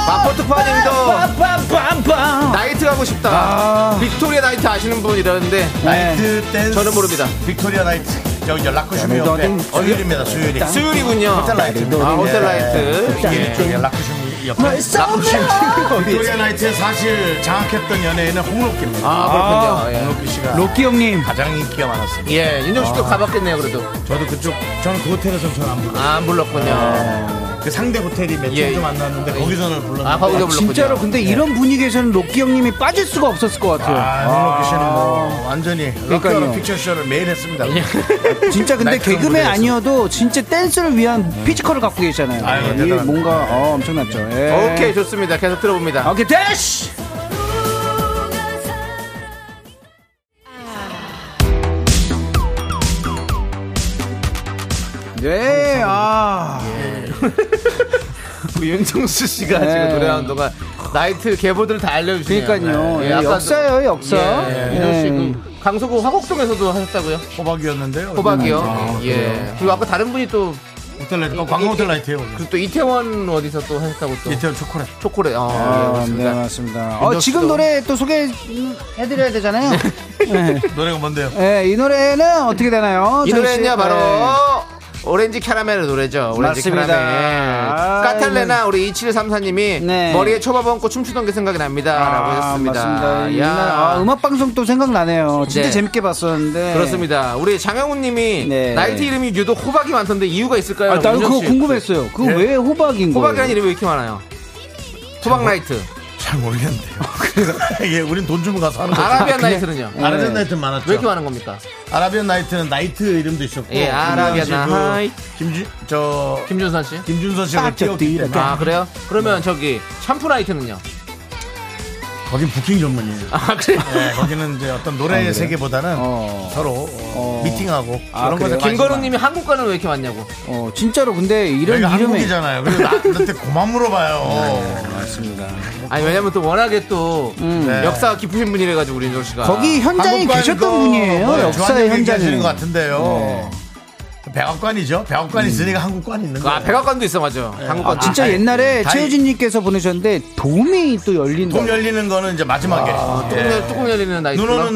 S2: 마포트 파님도.
S6: 빰빰빰빰!
S2: 나이트 가고 싶다.
S6: 아.
S2: 빅토리아 나이트 아시는 분 이러는데
S6: 네.
S1: 나이트 댄스.
S2: 저는 모릅니다.
S1: 빅토리아 나이트. 여기 연락쿠슈미
S6: 네,
S1: 옆에. 수요일입니다, 수요일.
S2: 수요일이군요.
S1: 호텔 라이트.
S2: 아, 호텔 라이트.
S6: 네.
S1: 예, 연락쿠슈미 옆에. 빅토리아 나이트에 사실 장악했던 연예인은 홍록기입니다.
S2: 아 그렇군요.
S1: 홍록기 씨가
S6: 로키 형님,
S1: 가장 인기가 많았습니다.
S2: 예, 예 윤정 씨도 가봤겠네요 그래도. 아,
S1: 저도 그쪽, 저는 그 호텔에서 저는 안 불러요.
S2: 안 불렀군요.
S1: 그 상대 호텔이 몇
S2: 예,
S1: 예. 안 나왔는데 거기서는 불렀는데.
S2: 아 거기서 불렀군요.
S6: 진짜로 근데 이런 분위기에서는 로키 형님이 빠질 수가 없었을 것 같아요.
S1: 아, 홍록기 씨는 뭐 완전히
S6: 그러니까요.
S1: 럭키어는 픽션쇼를 매일 했습니다.
S2: 예.
S6: 진짜 근데
S1: 나이트
S6: 개그맨
S1: 무대에서.
S6: 아니어도 진짜 댄스를 위한 피지컬을 갖고 계시잖아요.
S1: 아유,
S6: 이게
S1: 대단합니다.
S6: 뭔가 어, 엄청났죠. 예.
S2: 오케이 좋습니다. 계속 들어봅니다.
S6: 오케이, 대시! 예, 아.
S2: 그 윤정수 씨가
S6: 네.
S2: 지금 노래하는 동안 나이트 개보들 다 알려주시네요.
S6: 그러니까요.
S2: 네.
S6: 예, 역사예요, 역사.
S2: 예, 예. 윤정수 씨
S6: 예.
S2: 그 강서구 화곡동에서도 하셨다고요?
S1: 호박이었는데요.
S2: 호박이요. 예. 그리고 아까 다른 분이 또,
S1: 호텔 라이트. 어, 광고 호텔 라이트예요. 거기.
S2: 그리고 또 이태원 어디서 또 하셨다고 또
S1: 이태원 초콜릿.
S2: 초콜릿. 예. 아, 예,
S6: 아, 네,
S2: 그렇습니다.
S6: 맞습니다.
S2: 윤정수
S6: 어, 지금
S2: 씨도.
S6: 노래 또 소개해드려야 되잖아요. 네.
S1: 노래가 뭔데요?
S6: 예, 이 노래는 어떻게 되나요?
S2: 이
S6: 저희
S2: 노래는요
S6: 씨?
S2: 바로
S6: 네.
S2: 오렌지 캐러멜 노래죠. 오렌지
S6: 맞습니다. 아,
S2: 캐러멜. 까탈레나 우리 2734님이
S6: 네. 아,
S2: 머리에 초밥 얹고 춤추던 게 생각이 아, 납니다라고 하셨습니다.
S6: 맞습니다.
S2: 야.
S6: 옛날, 아, 음악 방송 또 생각나네요. 진짜
S2: 네.
S6: 재밌게 봤었는데.
S2: 그렇습니다. 우리 장영훈님이
S6: 네.
S2: 나이트 이름이 유독 호박이 많던데 이유가 있을까요?
S6: 아, 나도
S2: 윤정
S6: 그거
S2: 씨.
S6: 궁금했어요. 그거 왜 호박인 거예요?
S2: 호박이라는 이름이 왜 이렇게 많아요? 호박 나이트.
S1: 잘 모르겠는데요. 예, 우린 돈 주면 가서 하는 거죠.
S2: 아, 아라비안 나이트는요? 네.
S1: 아라비안 나이트 많았죠.
S2: 왜 이렇게 많은 겁니까?
S1: 아라비안 나이트는 나이트 이름도 있었고.
S2: 예, 아라비안
S1: 나이.
S2: 나이트.
S1: 김준 저
S2: 김준선 씨.
S1: 김준선 씨가 뛰었기 때문에
S2: 아 그래요? 그러면 저기 샴푸 나이트는요?
S1: 거긴 부킹 전문이에요.
S2: 아 그래요?
S1: 네, 거기는 이제 어떤 노래의 세계보다는 서로 어, 미팅하고 그런 거죠.
S2: 김건우님이 한국 가는 왜 이렇게 많냐고?
S6: 어, 진짜로 근데 이런
S1: 여기가
S6: 이름에
S1: 한국이잖아요. 그리고 나한테 고만 물어봐요.
S2: 아니 왜냐면 또 워낙에 또
S1: 네.
S2: 역사가 깊으신 분이래가지고 우리 윤정 씨가
S6: 음. 거기 현장에
S1: 한국과
S6: 계셨던
S1: 이거
S6: 분이에요.
S1: 뭐
S6: 역사의
S1: 저한테
S6: 현장에.
S1: 얘기하시는 것 같은데요. 백악관이죠. 백악관이 있으니까 한국관이 있는 거예요.
S2: 아 백악관도 있어 맞아 한국관
S6: 아, 진짜
S2: 아,
S6: 옛날에
S1: 다행-
S6: 최유진님께서 보내셨는데 돔이 또 열린다.
S1: 돔 열리는 거는 이제 마지막에
S2: 뚜껑,
S1: 예.
S2: 열, 뚜껑 열리는 나이트
S1: 눈 오는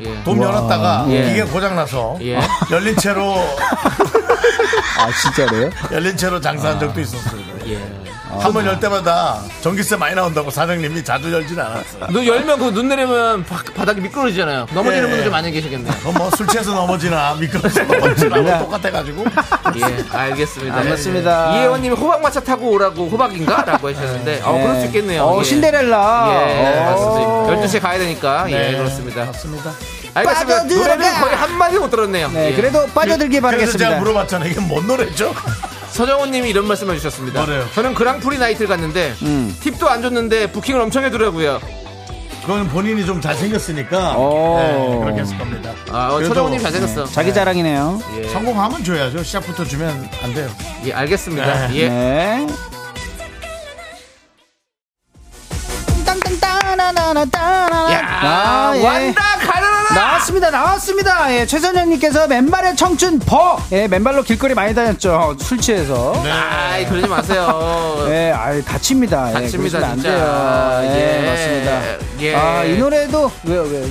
S2: 예.
S1: 날돔 열었다가
S2: 예.
S1: 이게 고장 나서
S2: 예.
S1: 열린 채로
S6: 아, 진짜로요?
S1: 열린 채로 장사한 적도 있었어요. 한 번 열 때마다 전기세 많이 나온다고 사장님이 자주 열진 않았어요.
S2: 눈 열면 그 눈 내리면 바, 바닥이 미끄러지잖아요 넘어지는
S1: 예.
S2: 분들 좀 많이 계시겠네요
S1: 뭐술 취해서 넘어지나 미끄러져 넘어지나 뭐 똑같아가지고
S2: 예 알겠습니다
S6: 아, 맞습니다.
S2: 이혜원님이 호박마차 타고 오라고 호박인가? 라고 하셨는데 어
S6: 예.
S2: 그럴 수 있겠네요
S6: 어,
S2: 예.
S6: 신데렐라.
S2: 예,
S6: 어.
S2: 맞습니다. 12시에 가야 되니까. 예, 그렇습니다.
S1: 맞습니다.
S2: 알겠습니다.
S6: 빠져들어가!
S2: 노래는 거의 한마디 못 들었네요.
S6: 네,
S2: 예.
S6: 그래도 빠져들길
S1: 그래서 제가
S6: 바라겠습니다.
S1: 물어봤잖아요. 이게 뭔 노래죠?
S2: 서정훈 님이 이런 말씀을 주셨습니다.
S1: 뭐래요?
S2: 저는 그랑프리 나이트를 갔는데,
S6: 음.
S2: 팁도 안 줬는데, 부킹을 엄청 해두더라고요.
S1: 그건 본인이 좀 잘생겼으니까
S6: 오.
S1: 네, 그렇게 했을 겁니다.
S2: 아, 어,
S1: 그래도
S2: 서정훈 님 잘생겼어.
S6: 자기 자랑이네요.
S2: 예.
S1: 성공하면 줘야죠. 시작부터 주면 안 돼요.
S2: 예, 알겠습니다. 예.
S6: 네.
S2: 야,
S6: 아, 예.
S2: 완다 가르라.
S6: 나왔습니다, 나왔습니다. 예, 최선영님께서 맨발의 청춘 버. 예, 맨발로 길거리 많이 다녔죠. 술 취해서.
S2: 네. 아이, 그러지 마세요.
S6: 예, 아 다칩니다.
S2: 다칩니다,
S6: 예, 그러시면 안
S2: 진짜.
S6: 돼요. 예,
S2: 예.
S6: 맞습니다.
S2: 예.
S6: 아, 이 노래도 왜요, 왜요?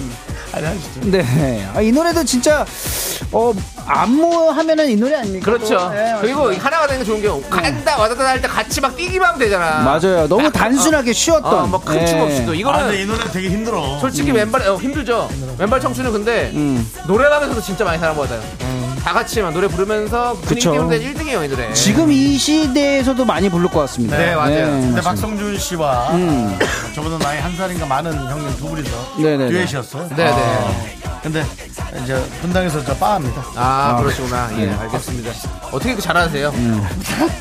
S6: 네, 아, 이 노래도 진짜 어 안무 하면은 이 노래 아닙니까?
S2: 그렇죠.
S6: 예, 맞습니다. 음.
S2: 그리고 하나가 되는 게 좋은 게, 간다, 와다다 할 때 같이 막 뛰기만 하면 되잖아.
S6: 맞아요. 너무 단순하게 쉬웠던
S2: 어, 뭐 큰 춤
S6: 예.
S2: 없이도.
S1: 아, 근데
S2: 이거는
S1: 이 노래 되게 힘들어.
S2: 솔직히
S6: 음.
S2: 왼발, 어, 힘들죠. 왼발 청춘은 근데, 노래방에서도 진짜 많이 사랑받아요. 다 같이 막 노래 부르면서 분위기
S6: 음. 그쵸.
S2: 때문에 1등이에요, 이 노래.
S6: 지금 이 시대에서도 많이 부를 것 같습니다.
S1: 네, 음. 맞아요.
S6: 예,
S1: 근데
S6: 맞습니다.
S1: 박성준 씨와 저보다 나이 한 살인가 많은 형님 두 분이서
S6: 예. 네네네.
S1: 듀엣이었어요.
S2: 네네.
S1: 근데 이제 분당에서 저 빠합니다.
S2: 아, 그러시구나.
S6: 네.
S2: 예, 알겠습니다. 어떻게 이렇게 잘하세요?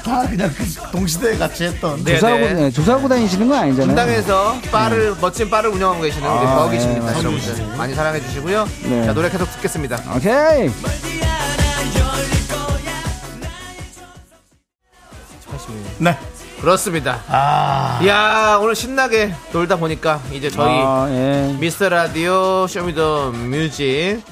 S1: 다 그냥 그 동시대에 같이 했던.
S2: 네,
S6: 음, 조사하고,
S2: 네.
S6: 네, 조사하고 다니시는 거 아니잖아요.
S2: 분당에서
S1: 네.
S2: 바를 멋진 바를 운영하고 계시는 우리
S6: 아,
S2: 버기십니다.
S6: 네,
S2: 여러분들 많이 사랑해 주시고요.
S6: 네.
S2: 자, 노래 계속 듣겠습니다.
S6: 오케이.
S1: 네.
S2: 그렇습니다.
S1: 아,
S2: 이야, 오늘 신나게 놀다 보니까 이제 저희
S6: 아, 예.
S2: 미스터 라디오 쇼미더 뮤직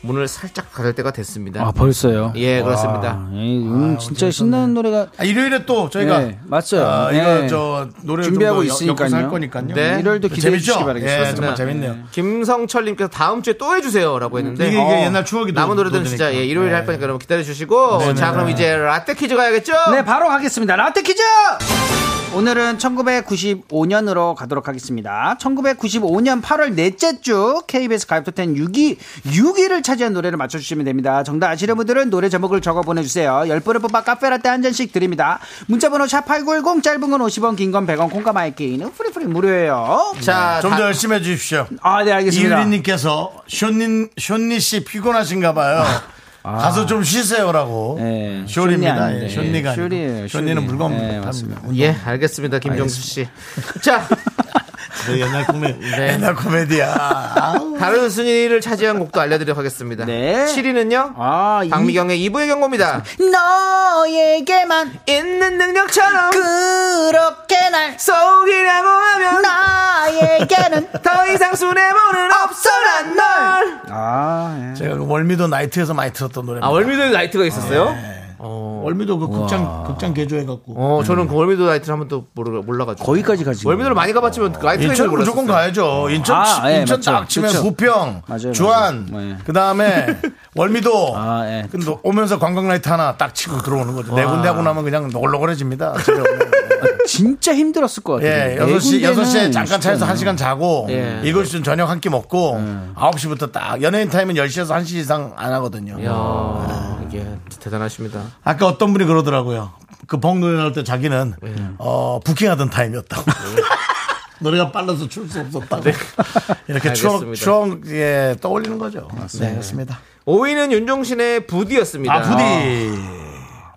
S2: 문을 살짝 닫을 때가 됐습니다.
S6: 아, 벌써요.
S2: 예, 그렇습니다.
S6: 아, 예, 오늘 진짜 신나는 노래가
S1: 아, 일요일에 또 저희가
S6: 네, 맞죠.
S1: 아,
S6: 네.
S1: 이거 저 노래
S6: 준비하고
S1: 엮어서 할
S6: 있으니까요.
S1: 거니까요.
S2: 네.
S6: 일요일도 기대해 주시기
S1: 재밌죠?
S6: 바라겠습니다.
S1: 예, 정말 재밌네요.
S2: 김성철님께서 다음 주에 또 해주세요라고 했는데 어,
S1: 이게, 이게 옛날 추억이
S2: 남은
S1: 돋-
S2: 노래들은 진짜
S1: 돋으니까.
S2: 예, 일요일에 할 거니까 여러분 기다려 주시고
S1: 네. 네네네.
S2: 자 그럼 이제 라떼 퀴즈 가야겠죠?
S6: 네, 바로 가겠습니다. 라떼 퀴즈! 오늘은 1995년으로 가도록 하겠습니다. 1995년 8월 넷째 주 KBS 가입토텐 6위, 6위를 차지한 노래를 맞춰주시면 됩니다. 정답 아시는 분들은 노래 제목을 적어 보내주세요. 10분을 뽑아 카페라떼 한 잔씩 드립니다. 문자번호 샵8910 짧은 건 50원, 긴 건 100원, 콩과 마이게이는 프리프리 무료예요.
S2: 자,
S1: 아, 좀
S2: 다-
S1: 더 열심히 해주십시오.
S6: 아, 네, 알겠습니다.
S1: 이유리님께서 쇼니 쇼니 씨 피곤하신가 봐요. 가서 좀 쉬세요라고.
S6: 아. 네, 쇼니
S1: 쇼리입니다.
S6: 안 돼.
S1: 예, 쇼니가 아니고.
S6: 쇼리예요,
S1: 쇼니는
S6: 쇼리.
S1: 물건
S6: 네,
S1: 못
S6: 맞습니다.
S1: 탑니다.
S2: 예, 알겠습니다. 김정수 씨. 자,
S1: 그 옛날 코메 옛날 코미디야. 아우.
S2: 다른 순위를 차지한 곡도 알려드리도록 하겠습니다.
S6: 네.
S2: 7위는요.
S6: 아, 이-
S2: 박미경의 2부의 경고입니다.
S6: 너에게만
S2: 있는 능력처럼 그
S6: 그렇게 날
S2: 속이라고 하면
S6: 나에게는
S2: 더 이상 순애보는 없어 난 널.
S6: 아,
S1: 제가 그 월미도 나이트에서 많이 들었던 노래.
S2: 아, 월미도에 나이트가 있었어요?
S1: 월미도 그 극장 극장 개조해 갖고.
S2: 네. 어, 저는 그 월미도 나이트를 한 번도 모르- 몰라가지고.
S6: 거기까지 가지.
S2: 월미도를 많이 가봤지만 그 나이트가 있는
S1: 인천
S2: 걸
S1: 무조건
S2: 몰랐어요.
S1: 가야죠. 인천
S6: 아, 예,
S1: 인천
S6: 맞죠.
S1: 딱 치면
S6: 그쵸.
S1: 부평,
S6: 맞아요,
S1: 주안,
S6: 맞아요. 예.
S1: 그 다음에 월미도.
S6: 아, 예.
S1: 근데 오면서 관광 라이트 하나 딱 치고 들어오는 거죠. 네 군데 하고 나면 그냥 노골노골해집니다. 집에 오면.
S6: 진짜 힘들었을 것 같아요.
S1: 예,
S6: 네
S1: 여섯 시
S6: 군데는
S1: 여섯 시에 잠깐 차에서 한시간 자고
S2: 예.
S1: 일곱 시쯤 저녁 한 끼 먹고
S6: 예.
S1: 아홉 시부터딱 연예인 타임은 10시에서 1시 이상 안 하거든요.
S2: 이야, 이게 진짜 대단하십니다.
S1: 아까 어떤 분이 그러더라고요. 그 벙 노래 나올 때 자기는
S2: 네.
S1: 어, 부킹하던 타임이었다고. 노래가 빨라서 출 수 없었다고. 이렇게 추억,
S2: 네. 알겠습니다.
S1: 추억, 예, 떠올리는 거죠. 네, 그렇습니다.
S2: 5위는 윤종신의 부디였습니다.
S1: 아, 부디.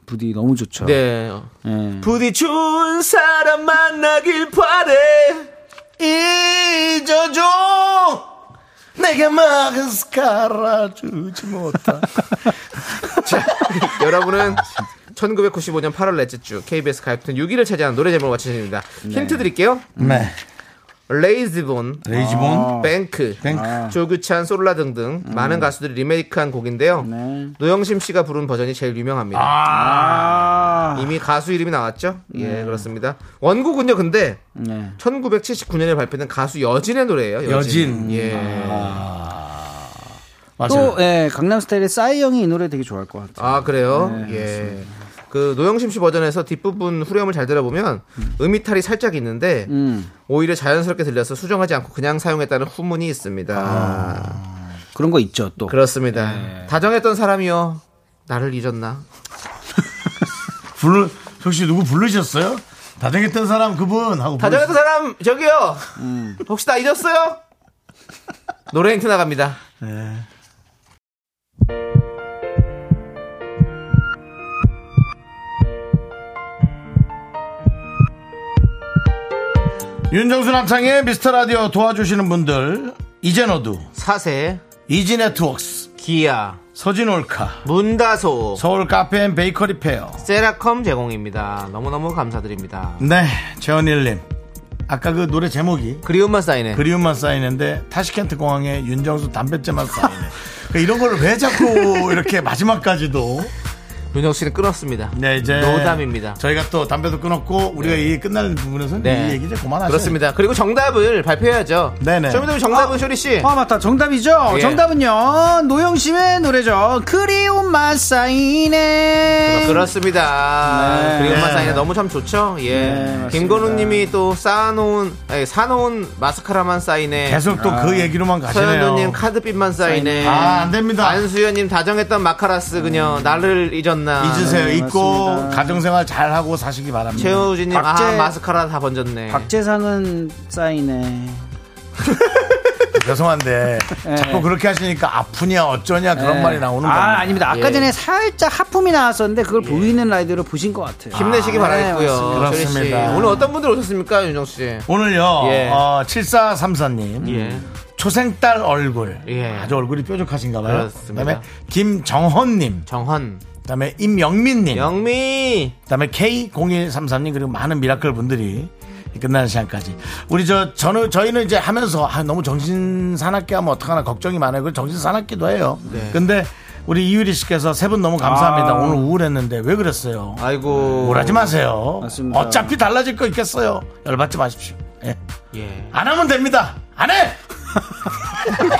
S6: 부디 너무 좋죠.
S2: 네.
S6: 예.
S2: 부디 좋은 사람 만나길 바래.
S1: 잊어줘! 내게 막은 스카라 주지 못한.
S2: 여러분은 1995년 8월 넷째 주 KBS 가입튼 6위를 차지하는 노래 제목을 맞히십니다. 힌트 드릴게요.
S1: 네.
S2: 레이즈본,
S1: 레이지본.
S2: 아. 뱅크, 아. 음.
S1: 뱅크.
S2: 조규찬, 솔라 등등 많은 가수들이 리메이크한 곡인데요.
S6: 네.
S2: 노영심 씨가 부른 버전이 제일 유명합니다.
S6: 아.
S2: 이미 가수 이름이 나왔죠? 예, 그렇습니다. 원곡은요, 근데
S6: 네.
S2: 1979년에 발표된 가수 여진의 노래예요. 여진. 예.
S1: 맞아요.
S6: 또 예, 강남스타일의 싸이 형이 이 노래 되게 좋아할 것 같아요.
S2: 아 그래요? 예. 그 노영심 씨 버전에서 뒷부분 후렴을 잘 들어보면 음이탈이 살짝 있는데 오히려 자연스럽게 들려서 수정하지 않고 그냥 사용했다는 후문이 있습니다. 아.
S6: 그런 거 있죠, 또.
S2: 그렇습니다. 다정했던 사람이요. 나를 잊었나?
S1: 부르 혹시 누구 부르셨어요? 다정했던 사람 그분 하고
S2: 다정했던 사람 저기요. 혹시 나 잊었어요? 노래 힌트 나갑니다.
S1: 부르- 윤정수 남창의 미스터 라디오 도와주시는 분들 이젠어두
S2: 사세,
S1: 이지네트웍스
S2: 기아,
S1: 서진올카
S2: 문다소,
S1: 서울 카페앤 베이커리 페어
S2: 세라컴 제공입니다. 너무너무 감사드립니다.
S1: 네 재원일님 아까 그 노래 제목이
S2: 그리움만 쌓이네.
S1: 그리움만 쌓이는데 타시켄트 공항에 윤정수 담뱃재만 쌓이네 그러니까 이런 걸 왜 자꾸 이렇게 마지막까지도
S2: 윤혁 씨는 끊었습니다.
S1: 네 이제
S2: 노담입니다.
S1: 저희가 또 담배도 끊었고 우리가 이 끝날 부분에서
S2: 네.
S1: 이 얘기 이제 그만하세요
S2: 그렇습니다. 그리고 정답을 발표해야죠.
S1: 네네.
S2: 쇼미더미 정답은 쇼리 씨.
S6: 아 맞다 정답이죠
S2: 예.
S6: 정답은요 노영심의 노래죠 그리움만 쌓이네
S2: 그렇습니다.
S6: 네.
S2: 그리고 마사이네 너무 참 좋죠. 예.
S6: 맞습니다.
S2: 김건우님이 또 쌓아놓은 아니, 사놓은 마스카라만 쌓이네.
S1: 계속 또 그
S6: 아,
S1: 얘기로만 가시네요.
S2: 서현우님 카드빛만 쌓이네.
S1: 아, 안 됩니다.
S2: 안수연님 다정했던 마카라스 그녀 나를 잊었나.
S1: 잊으세요.
S6: 네,
S1: 잊고
S6: 맞습니다.
S1: 가정생활 잘 하고 사시기 바랍니다.
S2: 최우진님 아
S6: 박재-
S2: 마스카라 다 번졌네.
S6: 박재상은 쌓이네
S1: 죄송한데
S6: 네.
S1: 자꾸 그렇게 하시니까 아프냐 어쩌냐 그런 말이 나오는 거예요.
S6: 아, 아닙니다. 아까
S2: 예.
S6: 전에 살짝 하품이 나왔었는데 그걸 보이는 라이드로 보신 것 같아요.
S2: 힘내시기
S6: 아, 네, 맞습니다.
S2: 바라겠고요. 조리 씨.
S1: 그렇습니다.
S2: 오늘 어떤 분들 오셨습니까, 윤정 씨?
S1: 오늘요
S2: 예.
S1: 어, 7434님 초생딸 얼굴
S2: 예.
S1: 아주 얼굴이 뾰족하신가 봐요.
S2: 그렇습니다.
S1: 다음에 김정헌님,
S2: 정헌,
S1: 그다음에 임영민님,
S2: 영미,
S1: 그다음에 K0133님 그리고 많은 미라클 분들이 끝나는 시간까지 우리 저 저는 저희는 이제 하면서 아, 너무 정신 사납게 하면 어떡하나 걱정이 많아요. 그 정신 사납기도 해요.
S2: 네.
S1: 근데 우리 이유리 씨께서 세 분 너무
S2: 아.
S1: 감사합니다. 오늘 우울했는데 왜 그랬어요?
S2: 아이고.
S1: 우울하지 마세요.
S6: 맞습니다.
S1: 어차피 달라질 거 있겠어요. 열받지 마십시오. 예.
S2: 예.
S1: 안 하면 됩니다. 안 해.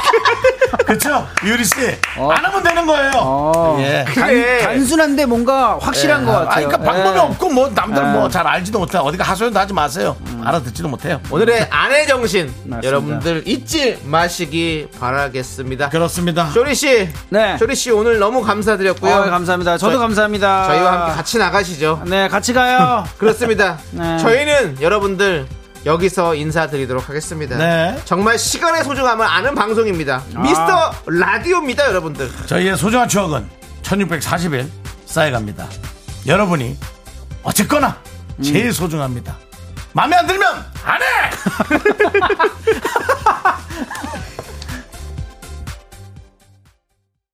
S1: 그렇죠, 유리 씨.
S6: 어.
S1: 안 하면 되는 거예요. 예.
S6: 단,
S2: 그래.
S6: 단순한데 뭔가 확실한 어. 것
S1: 아,
S6: 같아요.
S1: 그러니까 방법이
S6: 예.
S1: 없고 뭐 남들 뭐 잘 알지도 못해 어디가 하소연도 하지 마세요.
S6: 음.
S1: 알아듣지도 못해요.
S2: 오늘의 아내 정신
S6: 맞습니다.
S2: 여러분들 잊지 마시기 바라겠습니다.
S1: 그렇습니다.
S2: 조리 씨,
S6: 네.
S2: 조리 씨 오늘 너무 감사드렸고요.
S6: 어, 감사합니다. 저도
S2: 저희-
S6: 감사합니다.
S2: 저희와 함께 같이 나가시죠.
S6: 네, 같이 가요.
S2: 그렇습니다.
S6: 네.
S2: 저희는 여러분들 여기서 인사드리도록 하겠습니다.
S1: 네.
S2: 정말 시간의 소중함을 아는 방송입니다. 미스터
S6: 아.
S2: 라디오입니다, 여러분들.
S1: 저희의 소중한 추억은 1640일 쌓여갑니다. 여러분이 어쨌거나
S6: 음.
S1: 제일 소중합니다. 마음에 안 들면 안 해.